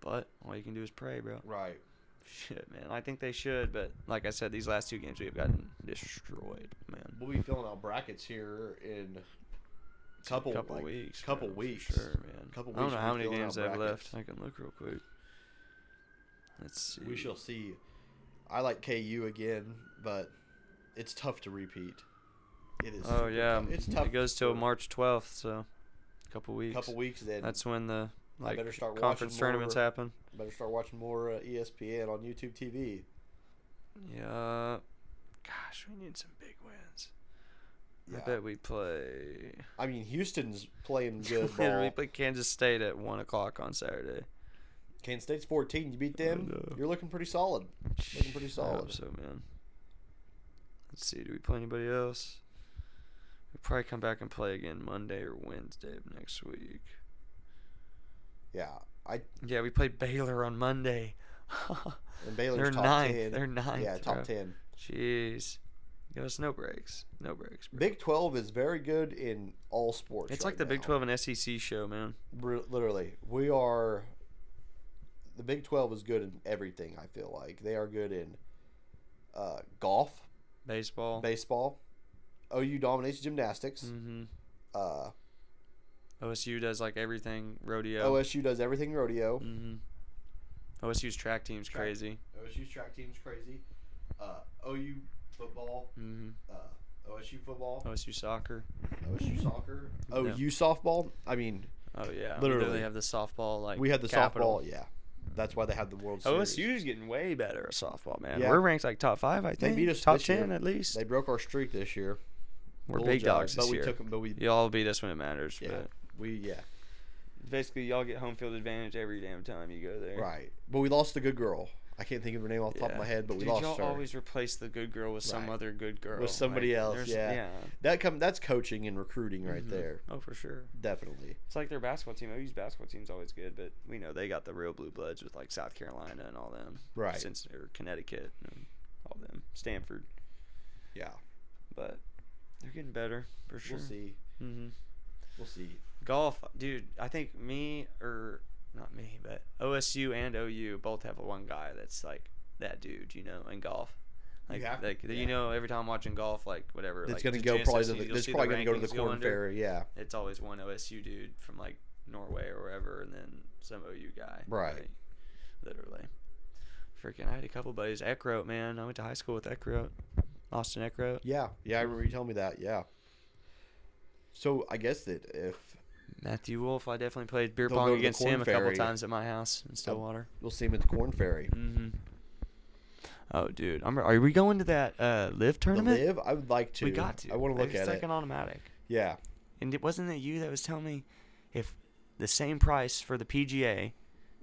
But all you can do is pray, bro. Right. Shit, man. I think they should, but like I said, these last two games we have gotten destroyed, man. We'll be filling out brackets here in a couple couple like, weeks, couple bro, for weeks. sure, man. Couple I don't weeks know we'll how be many filling games out they have brackets. left. I can look real quick. Let's see. We shall see. I like KU again, but it's tough to repeat. It is. Oh super yeah, tough. it's tough. It goes till for March twelfth, so a couple A weeks. couple weeks. Then That's when the I like better start watching conference more- tournaments happen. better start watching more uh, ESPN on YouTube TV. Yeah. Gosh, we need some big wins. I bet we play. I mean, Houston's <laughs> playing good we ball. play Kansas State at one o'clock on Saturday. Kansas State's 14. You beat them. know. You're looking pretty solid. Looking pretty I solid. hope so, man. Let's see. Do we play anybody else? We'll probably come back and play again Monday or Wednesday of next week. Yeah. I Yeah, we play Baylor on Monday. <laughs> and Baylor's They're top ninth. 10. They're ninth. yeah, top bro. 10. Jeez. Give us no breaks. No breaks, bro. Big 12 is very good in all sports. it's right like the Big now. 12 and SEC show, man. Re- literally, we are. The Big Twelve is good in everything. I feel like they are good in uh, golf, Baseball. baseball. OU dominates gymnastics. mm-hmm. Uh, OSU does like everything. Rodeo. OSU does everything rodeo. mm-hmm. OSU's track team's Track. crazy. OSU's track team's crazy. Uh, OU football. Mm-hmm. Uh, OSU football. OSU soccer. OSU soccer. Yeah. OU softball. I mean, Oh yeah. We Literally. literally have the softball like we had the capital. softball. Yeah, that's why they had the World Series. OSU's getting way better at softball, man. Yeah. We're ranked like top five, I They think. beat us top this year. ten at least. They broke our streak this year. We're Bull big job, dogs but this we year. took 'em- But we, Y'all beat us when it matters. yeah, we, yeah. But basically, y'all get home field advantage every damn time you go there. Right. But we lost the good girl. I can't think of her name off the top of my Yeah. head, but we Dude, lost y'all her. always replace the good girl with some Right. other good girl. somebody else, there's- yeah. That come that's coaching and recruiting right Mhm. there. Oh, for sure. Definitely. It's like their basketball team. OU's basketball team's always good, but we know they got the real blue bloods with like South Carolina and all them. Right. Since or Connecticut and all them. Stanford. Yeah. But they're getting better for sure. We'll see. hmm We'll see. Golf, dude, I think me or not me, but OSU and OU both have one guy that's like that dude, you know, in golf. You Like, have to- like yeah. you know, every time I'm watching golf, like whatever, It's like, gonna the go chances probably to you- the, you'll it's see probably gonna go to the rankings Corn under. Ferry, yeah. It's always one OSU dude from like Norway or wherever, and then some OU guy. Right. like, literally. Freaking, I had a couple buddies. Eckroat, man, I went to high school with Eckroat, Austin Eckroat. Yeah. Yeah, I remember you telling me that, yeah. So I guess that if Matthew Wolf, I definitely played beer They'll go pong to the against Corn him a Ferry. couple times at my house in Stillwater. we'll see him at the Corn Ferry. Mm-hmm. Oh, dude, I'm, are we going to that uh, live The tournament? live, I would like to. We got to. I want to Like, look it's at like it. an automatic. Yeah. And it wasn't it you that was telling me if the same price for the PGA.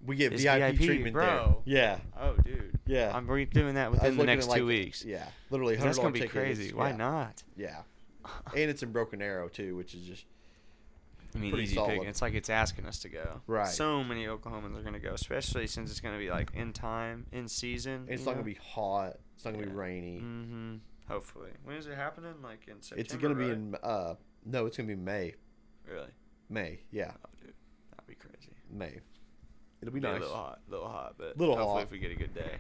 We get It's VIP, VIP, treatment bro. there. Yeah. Oh, dude. Yeah. I'm we're doing that I was within the looking at, next like, two weeks. Yeah. Literally hundred That's gonna dollar be tickets. crazy. Why yeah, not? Yeah. <laughs> And it's in Broken Arrow too, which is just <laughs> I mean, Pretty easy solid. pick. It's like it's asking us to go. Right. So many Oklahomans are gonna go, especially since it's gonna be like in time, in season. It's not gonna be hot. It's not gonna be Yeah. rainy. Mm-hmm. Hopefully. When is it happening? Like in September. It's gonna be right? in uh no, it's gonna be May. Really? May, yeah, Oh, dude, that'd be crazy. May. It'll be Be a nice, little hot, little hot, but Little hopefully hot. if we get a good day.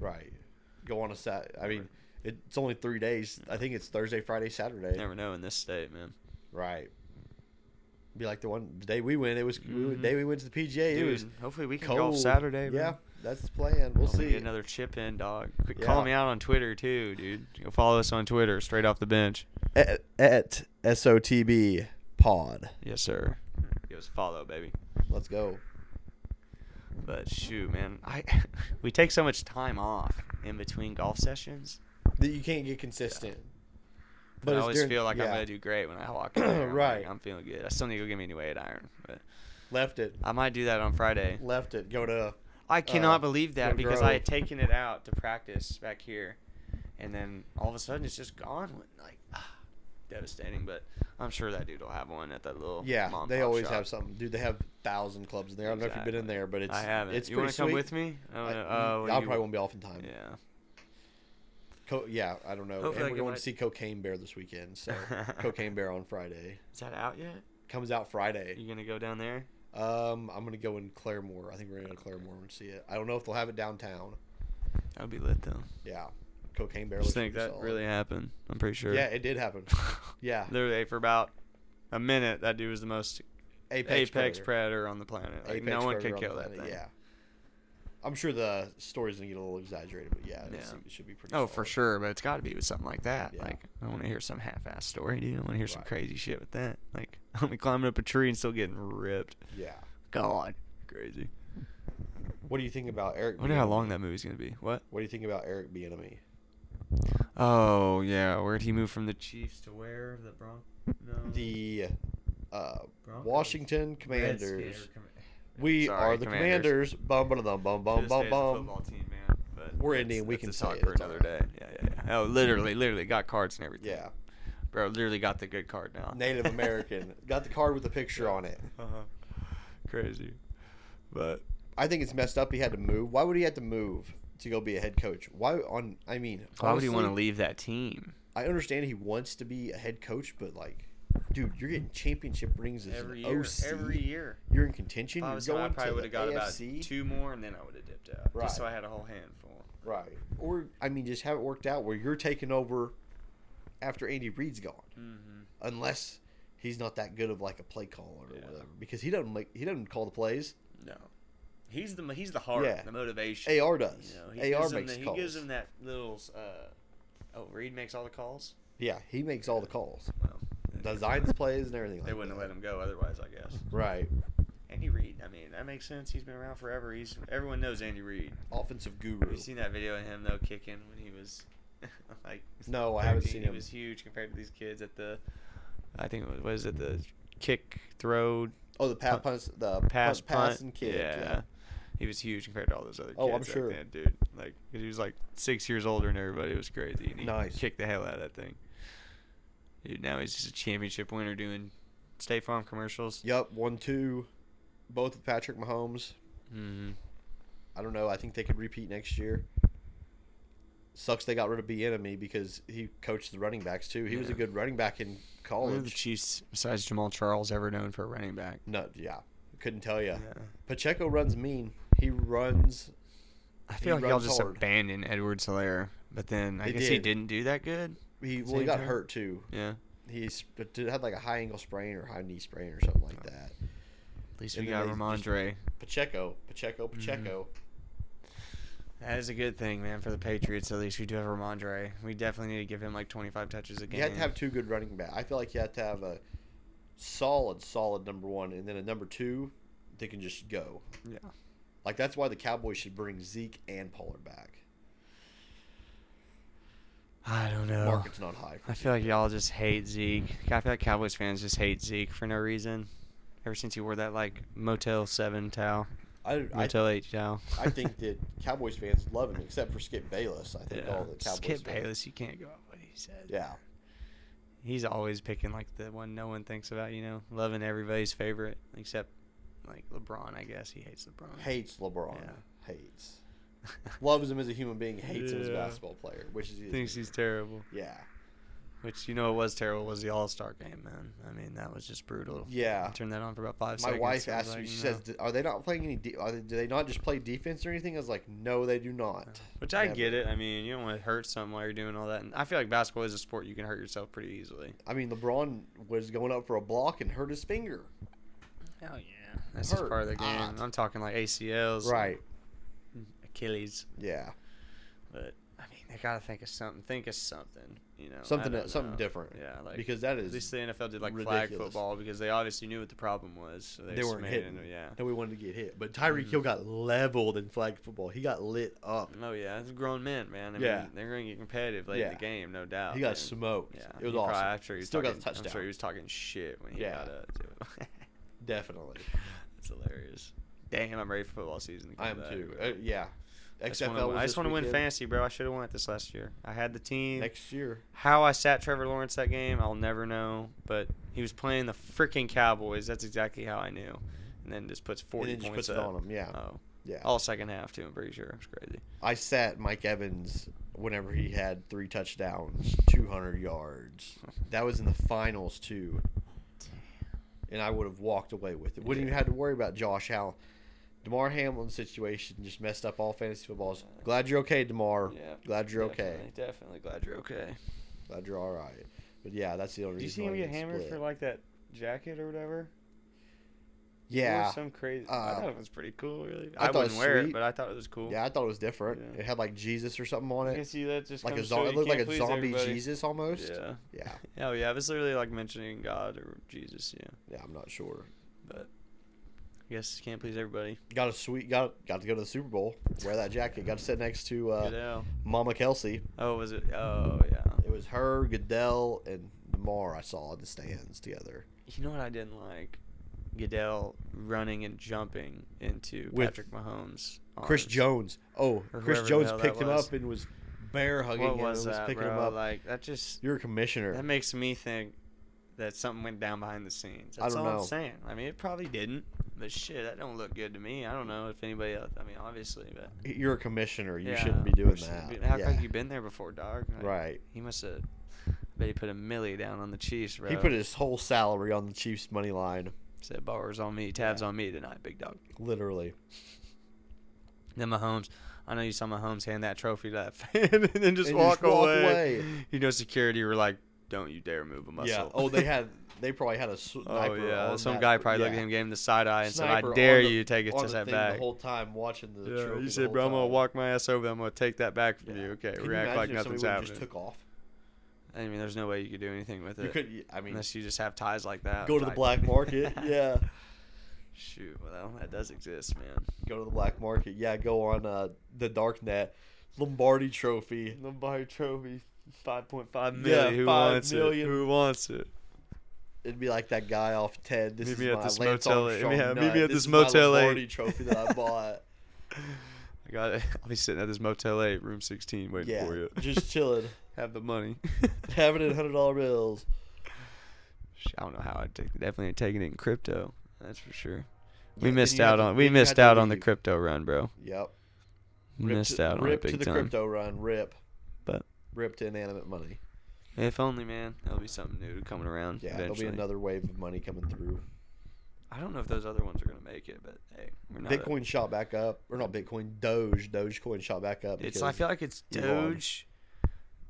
right? Go on a sat. I mean, it's only three days. I think it's Thursday, Friday, Saturday, Never know in this state, man. right? Be like the one the day we went. It was we, Mhm. day we went to the PGA. it Dude, was hopefully we can cold golf Saturday. Bro. Yeah, that's the plan. We'll We'll see. see another chip in, dog. Quick, Call Yeah. me out on Twitter too, dude. Go follow us on Twitter, straight off the bench. at, at SOTB Pod. Yes, sir. Give us a follow, baby. Let's go. But shoot, man, I <laughs> we take so much time off in between golf sessions. That you can't get consistent. But I it's always during- feel like I'm yeah. gonna do great when I <clears throat> walk in. There. I'm like, Right. I'm feeling good. I still need to go get me a new weight iron, but left it. I might do that on Friday. Left it. Go to I cannot uh, believe Wood that because I had Grove. taken it out to practice back here, and then all of a sudden it's just gone. Like, ah, <sighs> devastating. But I'm sure that dude will have one at that little. Yeah, mom and they Oh, pop always shop. have something, dude. They have thousand clubs in there. I don't know if you've been in Exactly. there, but it's I haven't. It's you pretty want to come sweet. with me? I don't I, know. Oh, I you- probably won't be off in time. Co- yeah, I don't know. Hopefully I and can we're going like- to see Cocaine Bear this weekend. <laughs> <laughs> So Yeah. Cocaine Bear on Friday Is that out yet? comes out Friday. You gonna go down there? Um, I'm gonna go in Claremore. I think we're gonna go to Claremore and see it. I don't know if they'll have it downtown. That'd be lit though. Yeah, Cocaine Bear. I just looks think pretty that solid. really happened. I'm pretty sure. <laughs> Yeah, it did happen. Yeah, Literally for about a minute, that dude was the most apex, Apex, predator. Predator. on the planet. Like Apex no one Predator could on kill the that planet, thing. Yeah. I'm sure the story's gonna get a little exaggerated, but yeah, it's- Yeah. it should be pretty. Oh, for solid. sure, but it's got to be with something like that. Yeah. Like, I want to hear some half-ass story, dude. I want to hear some Right. crazy shit with that. Like, <laughs> I'm climbing up a tree and still getting ripped. Yeah. God, crazy. What do you think about Eric? I wonder how Bieniemy? long that movie's gonna be. What? What do you think about Eric Bieniemy? Oh yeah, where'd he move from the Chiefs to where? The Bronx? No. The uh, Broncos. Washington Commanders. We Sorry, are the Commanders. Commanders. Bum bum bum bum bum bum bum. team, man. But We're that's- Indian, we that's can a say talk it, for it's another day. alright. Yeah, yeah, yeah. Oh, literally, literally got cards and everything. Yeah, bro, literally got the good card now. <laughs> Native American. Got the card with the picture on it. Uh-huh. Crazy, but I think it's messed up. He had to move. Why would he have to move to go be a head coach? Why on? I mean, why would he want to honestly, leave that team? I understand he wants to be a head coach, but like, dude, you're getting championship rings as an OC. year. you're in contention. If I You're was him, I going probably to would the have got AFC. about two more, and then I would have dipped out. Right. Just so I had a whole handful. Right. Or I mean, just have it worked out where you're taking over after Andy Reid's gone, Mm-hmm. unless he's not that good of like a play caller or Yeah. whatever, because he doesn't make he doesn't call the plays. No, he's the he's the heart, Yeah. the motivation. Ar does. You know, he Ar gives him makes the, calls. He gives him that little. Uh, oh, Reed makes all the calls. yeah, he makes all the calls, Well, designs the plays and everything. Like They wouldn't have that. let him go otherwise, I guess. Right. Andy Reid. I mean, that makes sense. He's been around forever. He's everyone knows Andy Reid. Offensive Have guru. you seen that video of him though kicking when he was <laughs> like? No, I haven't 13? seen He him. was huge compared to these kids at the. I think it was, was it the kick throw Oh, the pass, pass the pass pass, pass punt. and kick. Yeah. He was huge compared to all those other kids. Oh, I'm back sure. then, dude. Like 'cause he was like six years older than everybody. It was crazy. And he Nice. Kicked the hell out of that thing. Dude, now he's just a championship winner doing State Farm commercials. Yep. One, two, both with Patrick Mahomes. Mm-hmm. I don't know. I think they could repeat next year. Sucks they got rid of enemy because he coached the running backs too. He was a Yeah. good running back in When have the college. Chiefs, besides Jamal Charles, ever known for a running back? No, yeah, couldn't tell you. Yeah. Pacheco runs mean. He runs. I feel like He y'all runs just hard. abandoned Edward Solaire, but then I They guess he did. didn't do that good. He well, Same he got time. hurt too. Yeah. He's but did- had like a high ankle sprain or high knee sprain or something like that. At least And we got then they just- Ramondre. Pacheco, Pacheco, Pacheco. That is a good thing, man, for the Patriots. At least we do have Ramondre. We definitely need to give him like 25 touches a game. You had to have two good running back. I feel like you had to have a solid, solid number one, and then a number two that can just go. Yeah. Like that's why the Cowboys should bring Zeke and Pollard back. I don't know. Market's not high. For I feel like y'all just hate Zeke. I feel like Cowboys fans just hate Zeke for no reason. Ever since he wore that like Motel Seven towel, I, I, Motel Eight towel. I think that Cowboys fans love him, except for Skip Bayless. I think all the Cowboys Skip fans. Bayless, you can't go off what he said. Yeah, he's always picking like the one no one thinks about. You know, loving everybody's favorite except like LeBron. I guess he hates LeBron. hates LeBron. Yeah. Hates. Loves him as a human being. Hates him as a Yeah. basketball player. Which is <laughs> thinks he's terrible. yeah. Which you know it was terrible was the All Star game, man. I mean that was just brutal. Yeah. I turned that on for about five My seconds. wife I was asked me. like, She "No." says, "D- "Are they not playing any? De- are they, do they not just play defense or anything?" I was like, "No, they do not." Which I Never. get it. I mean, you don't want to hurt someone while you're doing all that. And I feel like basketball is a sport you can hurt yourself pretty easily. I mean, LeBron was going up for a block and hurt his finger. Hell yeah. That's Hurt. just part of the game. Ah. I'm talking like ACLs, Right. Achilles. Yeah. But I mean, they gotta think of something. Think of something. You know, I Something. don't Something know. different. Yeah, like because that at least is. the NFL did like flag ridiculous. football because they obviously knew what the problem was. So they, They just weren't made it hitting. into- yeah. Mm-hmm. No, we wanted to get hit, but Tyreek Hill got leveled in flag football. He got lit up. Oh yeah, it's grown men, man. I Yeah. mean, they're going to get competitive late in Yeah. the game, no doubt. He got man. smoked. Yeah, It was he probably- awesome. I'm sure he was Still talking, got a touchdown. I'm sure he was talking shit when he Yeah. got up. Too. <laughs> Definitely. it's hilarious. Damn, I'm ready for football season. to I come am back, too. but- Uh, yeah. just wanna- XFL was I just this want to win weekend. fantasy, bro. I should have won it this last year. I had the team. next year. How I sat Trevor Lawrence that game, I'll never know. But he was playing the freaking Cowboys. That's exactly how I knew. And then just puts And 40 then just points puts it up. on them. Yeah, Oh, yeah. all second half too. I'm pretty sure it's crazy. I sat Mike Evans whenever he had three touchdowns, 200 yards. That was in the finals too. And I would have walked away with it. Wouldn't even have to worry about Josh Allen. Demar Hamlin's situation just messed up all fantasy footballs. Glad you're okay, Demar. Yeah, Glad you're okay. Definitely, definitely glad you're okay. Glad you're all right. But yeah, that's the only Did you see him reason. why get he hammered split. for like that jacket or whatever? He wore Yeah, some crazy. Uh, I thought it was pretty cool. Really, I, I thought it wouldn't was wear sweet. it, but I thought it was cool. yeah. I thought it was different. Yeah. It had like Jesus or something on you can it. see that just Like a comes to show zombie. It you looked like can't a please zombie everybody. Jesus almost. Yeah. yeah. Oh yeah, it was literally like mentioning God or Jesus. Yeah, Yeah. I'm not sure. but I guess can't please everybody. Got a sweet got got to go to the Super Bowl. Wear that jacket. Got to sit next to uh, Goodell. Mama Kelsey. Oh, was it? Oh yeah. It was her, Goodell, and Demar. I saw in the stands together You know what I didn't like? Goodell running and jumping into With Patrick Mahomes. Chris arms. Jones. Oh, Or Chris whoever the Jones hell that picked him was. up and was bear hugging What him. was and was that, picking bro? him up. Like that just You're a commissioner. That makes me think that something went down behind the scenes. I That's don't all know. I'm saying. I mean, it probably didn't, but shit, that don't look good to me. I don't know if anybody else. I mean, obviously, but You're a commissioner. You yeah, shouldn't be doing shouldn't that. be- how yeah. come you been there before, dog? Like, right. He must have. Bet he put a millie down on the Chiefs, bro. He put his whole salary on the Chiefs money line, said bars on me, tabs on me tonight, big dog. literally. Then Mahomes, I know you saw Mahomes hand that trophy to that <laughs> fan and then just, And walk, just walk away. away. You know, security were like, "Don't you dare move a muscle." Yeah. Oh, <laughs> they had. They probably had a sniper. Oh yeah, on some that- guy probably looked yeah. at him, gave him the side eye, and said, Sniper "I dare on the- you take it on to the that thing The back." whole time watching the Yeah, trophy you the said, whole "Bro, I'm gonna time." walk my ass over. I'm gonna take that back from Yeah. you." Okay, Can you react like imagine if nothing's somebody would've happening. Just took off. I mean, there's no way you could do anything with You it could. y- I mean, unless you just have ties like that. go to the Like- <laughs> black market. yeah, Shoot, well, that does exist, man. go to the black market. Yeah, go on uh, the dark net. Lombardi Trophy. Lombardi Trophy, five point five Yeah, Who five wants million. it? Who wants it? It'd be like that guy off Ted. This Meet is me at my this Lance Motel eight. Armstrong Yeah, meet me nut. at this this is my Motel eight." Lombardi Trophy <laughs> that I bought. I got it. <laughs> I'll be sitting at this Motel Eight, room sixteen, waiting yeah, for you. <laughs> just chilling, <laughs> Have the money. <laughs> <laughs> having it in hundred dollar bills. Sh- I don't know how I'd take. Definitely ain't taking it in crypto. That's for sure. Yeah, We then missed you had out to- on then we you had missed to out on the leave. crypto run, bro. Yep. Rip Missed to, out on rip it big to the time. crypto run. Rip. But- rip to inanimate money. If only, man, there'll be something new coming around. Yeah, eventually. there'll be another wave of money coming through. I don't know if those other ones are gonna make it, but hey, we're not. Bitcoin shot back up, or not Bitcoin, Doge, Dogecoin shot back up. it's. because- I feel like it's Elon. Doge,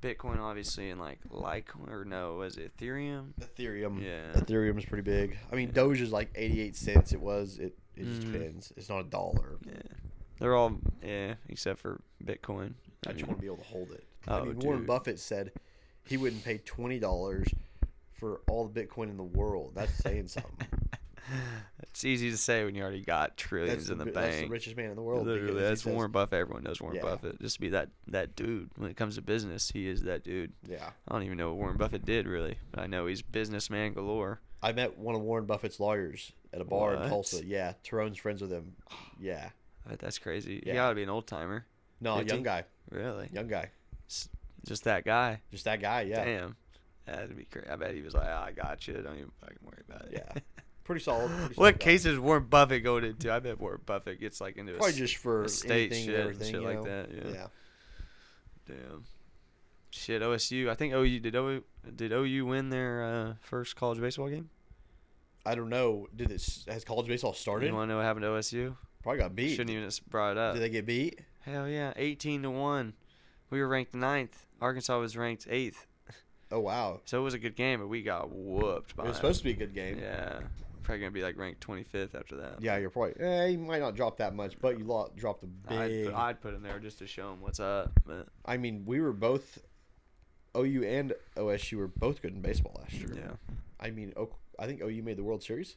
Bitcoin, obviously, and like Litecoin or no, was it Ethereum? Ethereum. Yeah. Ethereum is pretty big. I mean, Doge is like 88 cents. It was. It, it just Mhm. depends. It's not a dollar. Yeah, they're all yeah, except for Bitcoin. I I just mean, want to be able to hold it. Mm-hmm. I Oh, mean, Warren dude. Buffett said he wouldn't pay $20 for all the Bitcoin in the world. That's saying <laughs> something. it's easy to say when you already got trillions that's, in the bi- that's the bank. richest man in the world. Literally, because he that's says- Warren Buffett. Everyone knows Warren Yeah. Buffett. Just be that that dude when it comes to business. He is that dude. Yeah. I don't even know what Warren Buffett did really, but I know he's businessman galore. I met one of Warren Buffett's lawyers at a bar in What? Tulsa. Yeah. Tyrone's friends with him. Yeah. I bet that's crazy. Yeah. He ought to be an old timer. No, Did young he? guy. Really? Young guy. Just that guy. Just that guy. Yeah. Damn. That'd be crazy. I bet he was like, "Ah, I got you. Don't even fucking worry about it. <laughs> Yeah. Pretty solid. pretty solid what guy. cases Warren Buffett going into? I bet Warren Buffett gets like into a Probably s- just for estate anything, shit and everything, shit you like know? that, yeah. yeah. Damn. Shit, OSU. I think OU did OU did OU win their uh, first college baseball game? I don't know. Did this has college baseball started? You want to know what happened to OSU? Probably got beat. Shouldn't even have brought it up. Did they get beat? Hell yeah, eighteen to one. We were ranked ninth. Arkansas was ranked eighth. Oh wow! So it was a good game, but we got whooped by. It was them. supposed to be a good game. Yeah, Yeah, probably gonna be like ranked twenty fifth after that. you're probably. Eh, you might not drop that much, but you lo- dropped a I'd big. put, I'd put him there just to show him what's up. But I mean, we were both. OU and OSU were both good in baseball last year. yeah, I mean, Oak- I think OU made the World Series.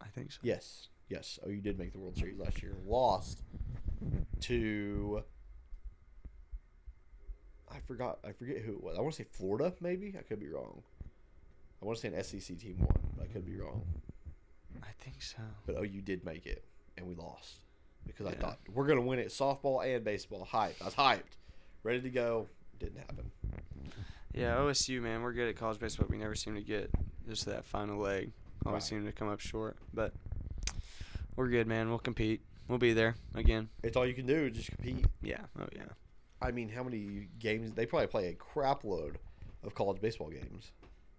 I think so. Yes, yes, OU did make the World Series last year. Lost to. I forgot. I forget who it was. I want to say Florida, maybe. I could be wrong. I want to say an SEC team won, but oh, I could be wrong. I think so. But OU did make it, and we lost. because I Yeah. thought we're gonna win it softball and baseball. Hyped. I was hyped, ready to go. Didn't happen. Yeah, OSU man, we're good at college baseball. but We never seem to get just that final leg. Always Right. seem to come up short. But we're good, man. We'll compete. We'll be there again. It's all you can do. Just compete. Yeah. Oh yeah. I mean, how many games? They probably play a crap load of college baseball games.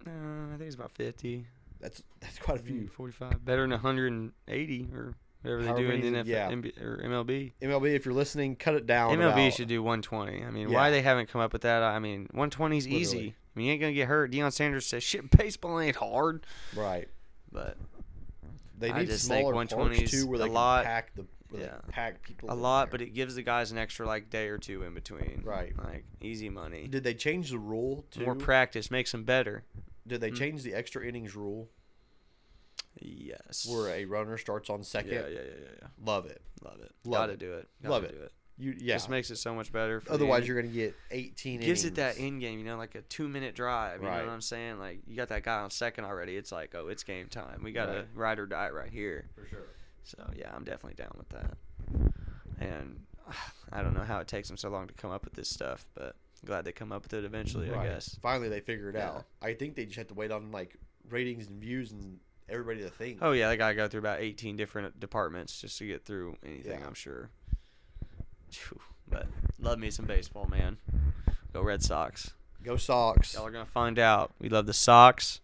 Uh, I think it's about 50, That's that's quite a few. 45. Better than 180 or whatever they However do many in the NFL is- yeah. MB, or MLB. MLB, if you're listening, cut it down. MLB about- should do 120. I mean, Yeah. why they haven't come up with that? I mean, 120 is easy. Literally. I mean, you ain't gonna get hurt. Deion Sanders says, "Shit, baseball ain't hard." right. But They I need just think smaller 120s parks too, where a they can lot. pack the where Yeah. they pack people a lot, but it gives the guys an extra like day or two in between. Right. Like easy money. did they change the rule to? More Hmm. practice makes them better. did they change the extra innings rule Yes. where a runner starts on second? yeah, yeah, yeah, yeah, yeah. Love it. Love it. Love Gotta it. do it. Love Gotta it. Do it. You yeah. Just makes it so much better. For the Otherwise, inning. you're gonna get 18. gives it that innings. end game, you know, like a two minute drive. You Right. know what I'm saying? Like you got that guy on second already. It's like, oh, it's game time. We gotta Right. ride or die right here. for sure. So yeah, I'm definitely down with that. And <sighs> I don't know how it takes them so long to come up with this stuff, but glad they come up with it eventually. I guess. Finally, they figured it Yeah. out. I think they just have to wait on like ratings and views and everybody to think. Oh yeah, they gotta go through about 18 different departments just to get through anything. Yeah. I'm sure. Phew, But love me some baseball, man. Go Red Sox. Go Sox. Y'all are gonna find out. We love the Sox,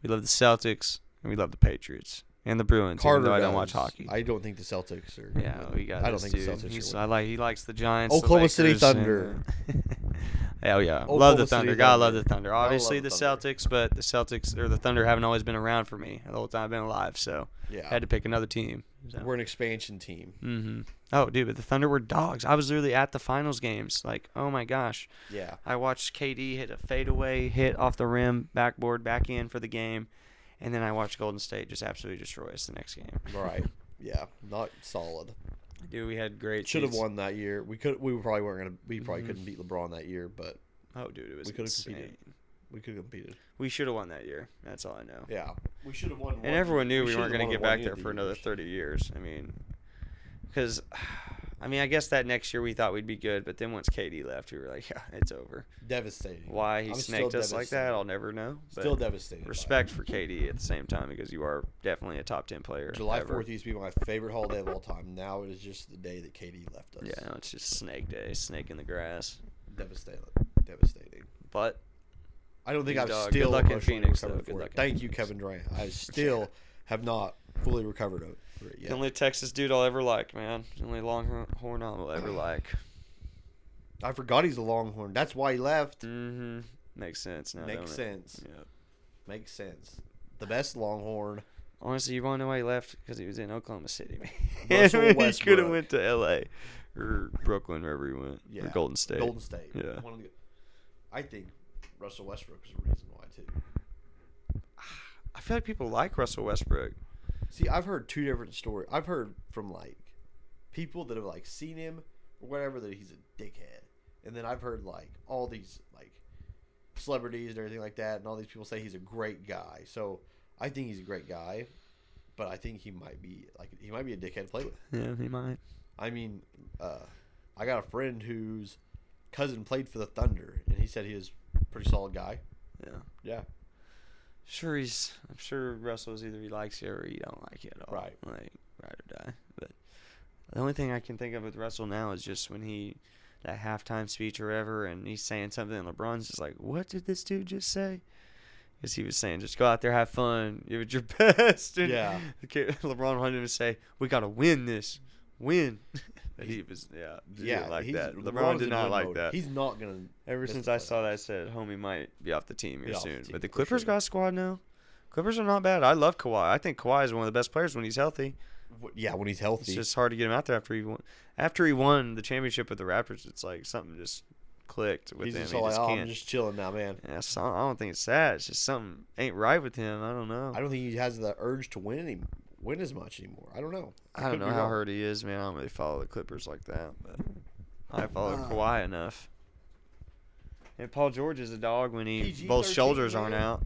we love the Celtics, and we love the Patriots and the Bruins. even though I don't watch does. hockey. I don't think the Celtics are. yeah, we got. I don't this think the dude. Celtics are He's, winning. I like. He likes the Giants. the Oklahoma City Lakers, and Thunder. the- <laughs> Hell yeah, love Oklahoma the City Thunder. God, love Thunder. the Thunder. love Obviously the the, Thunder. Celtics, but the Celtics or the Thunder haven't always been around for me the whole time I've been alive. So Yeah. had to pick another team. So. We're an expansion team. hmm Oh, dude, but the Thunder were dogs. I was literally at the finals games. Like, oh my gosh. Yeah. I watched KD hit a fadeaway hit off the rim, backboard, back in for the game, and then I watched Golden State just absolutely destroy us the next game. Right. <laughs> Yeah. Not solid. Dude, we had great. Should have seats. won that year. We could. We probably weren't gonna. We probably couldn't beat LeBron that year, but Oh, dude, it was. We We could've competed. we could have competed. We should have won that year. That's all I know. Yeah. We should have won. And everyone knew we, weren't going to get back there for another 30 years. I mean, because, <sighs> I mean, I guess that next year we thought we'd be good, but then once KD left, we were like, <laughs> yeah, it's over. Devastating. Why he I'm still snaked us like that, devastated. I'll never know. But Still devastated. by it. respect for KD at the same time because you are definitely a top 10 player. July ever. Fourth used to be my favorite holiday of all time. Now it is just the day that Katie left us. Yeah, no, it's just snake day, snake in the grass. devastating, devastating. But I don't think He's I've dog. Good still luck in emotionally Phoenix, recovered though. Good for it. luck in Thank you, Phoenix. Kevin Durant. <laughs> I still have not fully recovered over it the yet. only Texas dude I'll ever like, man. The only Longhorn I'll ever like. I forgot he's a Longhorn. That's why he left. Mm-hmm. Makes sense now. Makes don't it? sense. Yeah. Makes sense. The best Longhorn. Honestly, you want to know why he left? Because he was in Oklahoma City, man. <laughs> <laughs> Russell he could Westbrook. have went to L.A. or Brooklyn, wherever he went. Yeah. Or Golden State. Golden State. Yeah. One of the- I think Russell Westbrook is the reason why too. I feel like people like Russell Westbrook. See, I've heard two different stories. I've heard from like people that have like seen him or whatever that he's a dickhead, and then I've heard like all these like celebrities and everything like that, and all these people say he's a great guy. So I think he's a great guy, but I think he might be like he might be a dickhead to play with. Yeah, he might. I mean, uh, I got a friend whose cousin played for the Thunder, and he said he was a pretty solid guy. Yeah. Yeah, Sure, he's. I'm sure Russell's either he likes you or he don't like you at all. Right. Like ride or die. But the only thing I can think of with Russell now is just when he that halftime speech or whatever, and he's saying something, and LeBron's just like, "What did this dude just say?" Because he was saying, "Just go out there, have fun, <laughs> give it your best." And Yeah. the kid- <laughs> LeBron wanted him to say, "We gotta win this, win." <laughs> But he was, yeah, he yeah, didn't like he's- that. LeBron LeBron's did in not win like mode. that. He's not gonna. Ever miss since the I saw playoffs. that, I said homie might be off the team Be here off the soon. team, but the for Clippers sure. got a squad now. Clippers are not bad. I love Kawhi. I think Kawhi is one of the best players when he's healthy. W- Yeah, when he's It's healthy. just hard to get him out there after he won. After he won the championship with the Raptors, it's like something just clicked with He's him. just he all like, just "Oh, I'm can't. just chilling now, man. Yeah, it's not- I don't think it's that. It's just something ain't right with him. I don't know. I don't think he has the urge to win any, win as much anymore. I don't know. I don't could know be how wrong. hurt he is, man. I don't really follow the Clippers like that, but I follow Uh. Kawhi enough. And Paul George is a dog when he PG-13, both shoulders aren't man. out.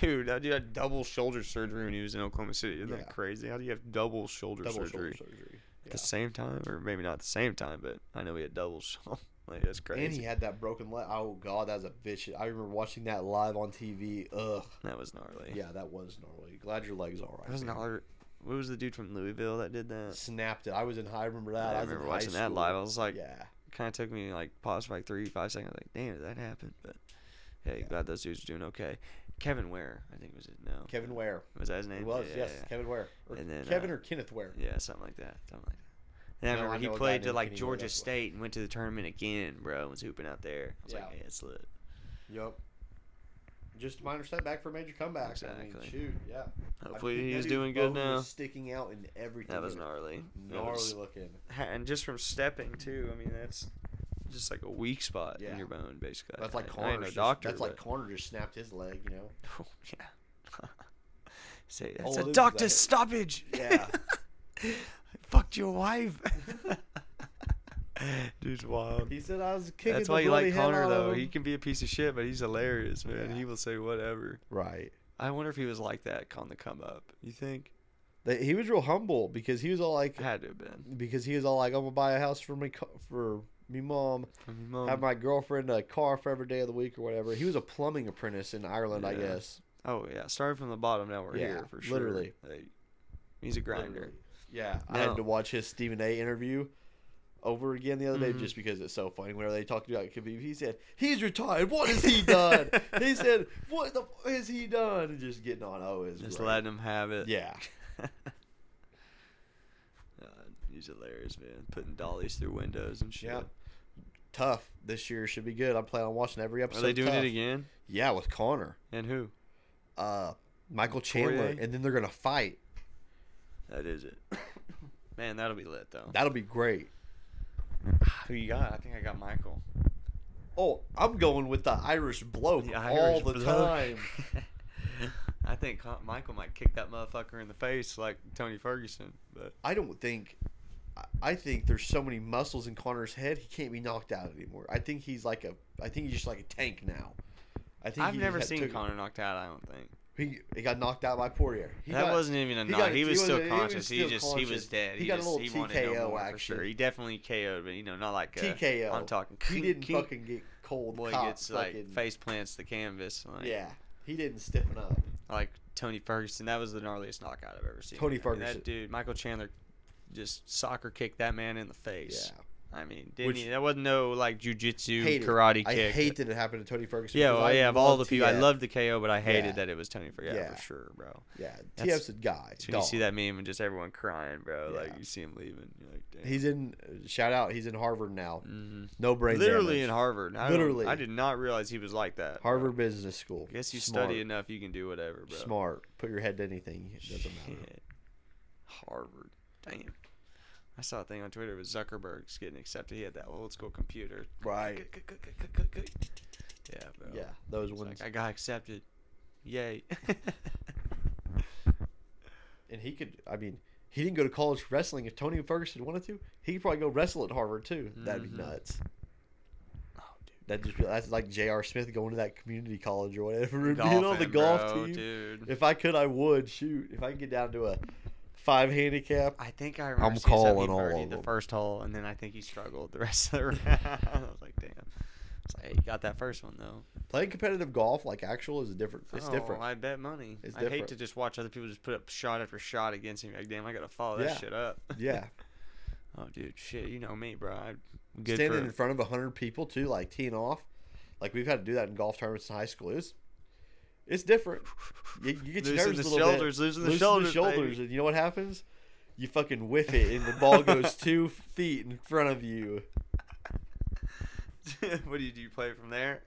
Dude, that dude had double shoulder surgery when he was in Oklahoma City. Isn't Yeah. that crazy? How do you have double shoulder Double surgery? shoulder surgery. at the same time, or maybe not at the same time, but I know he had doubles. <laughs> So like, that's And crazy. he had that broken leg. Oh god, that was a vicious. I remember watching that live on TV. Ugh. that was gnarly. Yeah, that was gnarly. Glad your leg's all right. That was man. gnarly. What was the dude from Louisville that did that? Snapped it. I was in high. I remember that. I was in remember high watching that school. live. I was like, yeah. kind of took me like pause for like three, five seconds. Like, damn, did that happen? But hey, Yeah. glad those dudes are doing okay. Kevin Ware, I think was it? No, Kevin Ware. was that his name? It was yeah, yes, yeah, Kevin Ware. Or uh, And then, Kevin uh, or Kenneth Ware. yeah. Yeah, something like that. Something like that. And I No, I remember know a he guy played to named like Kenny Ware, Georgia that's why. State and went to the tournament again, bro. and Was hooping out there. I was like, Yeah. hey, it's lit. Yup. Just a minor setback for a major comeback. I mean, Exactly. shoot, yeah. I Hopefully mean, that he's dude's doing good bone now. is Sticking out in everything. That was It gnarly. That gnarly was- looking. ha- and just from stepping too. I mean, that's just like a weak spot Yeah. in your bone, basically. That's I- like I ain't Connor. no just- doctor, That's like but- Connor just snapped his leg. You know. <laughs> yeah. Say All that's it is a is doctor's that- stoppage. Yeah. <laughs> I fucked your wife. <laughs> Dude's wild. He said I was kicking. That's the why you like bloody hell Connor out of though. him." He can be a piece of shit, but he's hilarious, man. Yeah. He will say whatever. Right. I wonder if he was like that on the come up. You think? They, he was real humble because he was all like, Had to have been. because he was all like, I'm gonna buy a house for me co- for me mom, From your mom. have my girlfriend a car for every day of the week or whatever. He was a plumbing apprentice in Ireland, I Yeah. guess. oh yeah. Started from the bottom. Now we're Yeah, here for sure. literally. Like, he's a grinder. Oh. Yeah, I had No. to watch his Stephen A. interview over again the other day Mhm. just because it's so funny. Whenever they talked about Khabib, he said, "He's retired. What has <laughs> he done?" he said, "What the f- has he done?" And just getting on. Oh, is Just great. letting him have it. Yeah, God, Uh, he's hilarious, man. Putting dollies through windows and shit. Yeah. tough this year should be good. I'm planning on watching every episode. Are they of doing Tough. it again? Yeah, with Connor. And who? uh, Michael Chandler, Poirier? and then they're gonna fight. That is it. Man, that'll be lit though. That'll be great. ah, Who you got? I think I got Michael. Oh, I'm going with the Irish bloke Oh, The all Irish the bloke. time. <laughs> I think Con- Michael might kick that motherfucker in the face like Tony Ferguson. But I don't think. I- I think there's so many muscles in Connor's head he can't be knocked out anymore. I think he's like a. I think he's just like a tank now. I think I've he never had- seen took- Connor knocked out. I don't think He, he got knocked out by Poirier. He that got- wasn't even a he knock. got- he was he still wasn't- he was conscious. He, still just he conscious. was dead. He He, got a just, little he wanted TKO no more for action. sure. He definitely KO'd, but you know, not like a, TKO. I'm talking. He didn't fucking get cold. boy cock gets like fucking- face plants the canvas. Like, Yeah, he didn't stiffen up. like Tony Ferguson. That was the gnarliest knockout I've ever seen. I Tony mean, Ferguson. that dude, Michael Chandler, just soccer kicked that man in the face. Yeah. I mean, didn't Which- he? That wasn't no like jujitsu Hate it. karate kick. I hate that it happened to Tony Ferguson. Yeah, because well, I yeah. Of all love the people, I TF. loved the KO, but I hated Yeah. that it was Tony Ferguson. Yeah, Yeah. for sure, bro. Yeah, That's- TF's a guy. So when you see dog. that meme and just everyone crying, bro. Yeah. Like you see him leaving, you're like, damn. He's in. Shout out. He's in Harvard now. hmm No brain. literally damage. in Harvard. I literally, Literally. I did not realize he was like that. bro. Harvard Business School. I guess you Smart. study enough, you can do whatever, bro. Smart. Put your head to anything. It doesn't matter. Shit. Harvard. Damn. I saw a thing on Twitter with Zuckerberg's getting accepted. He had that old school computer. Right. Yeah, bro. Yeah, those It's ones. like, I got accepted. Yay. <laughs> and he could. I mean, he didn't go to college for wrestling. If Tony Ferguson wanted to, he could probably go wrestle at Harvard too. That'd be Mhm. nuts. oh, dude. That just be- that's like J.R. Smith going to that community college or whatever, and <laughs> being Golfing, on the golf bro, team. Dude. If I could, I would. Shoot, if I could get down to a five handicap, I think I remember I'm seeing something calling he all birdied of the them. first hole, and then I think he struggled the <laughs> rest of the round. I was like, damn. It's like, hey, you got that first one, though. playing competitive golf like actual is different. It's Oh, different. I bet money. It's I hate different. to just watch other people just put up shot after shot against him. Like, damn, I gotta follow that Yeah. shit up. <laughs> yeah. oh, dude, shit, you know me, bro. I'm good standing for. in front of 100 people too like teeing off like we've had to do that in golf tournaments in high school it's it's different you, you get your Loosen nerves the a little shoulders, bit loosen the Loosen shoulders, baby. and you know what happens you fucking whiff it and the <laughs> ball goes two feet in front of you <laughs> what do you do? You play from there?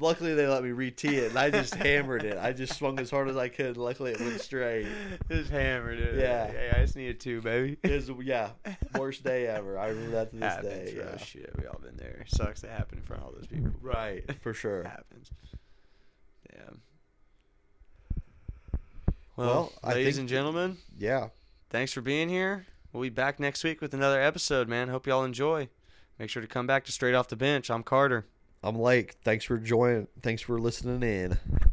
luckily they let me re-tee it and i just hammered it i just swung as hard as i could luckily it went straight <laughs> just hammered it. Yeah. Hey, I just needed two, baby. <laughs> it was, yeah worst day ever i remember that to this happens, day bro. yeah. Shit, we all been there. Sucks to happen in front of all those people. but right for It sure happens. Damn. Well, Well, I ladies think and that- gentlemen, yeah thanks for being here. We'll be back next week with another episode, man. Hope y'all enjoy. Make sure to come back to Straight Off the Bench. I'm Carter. i'm lake thanks for joining thanks for listening in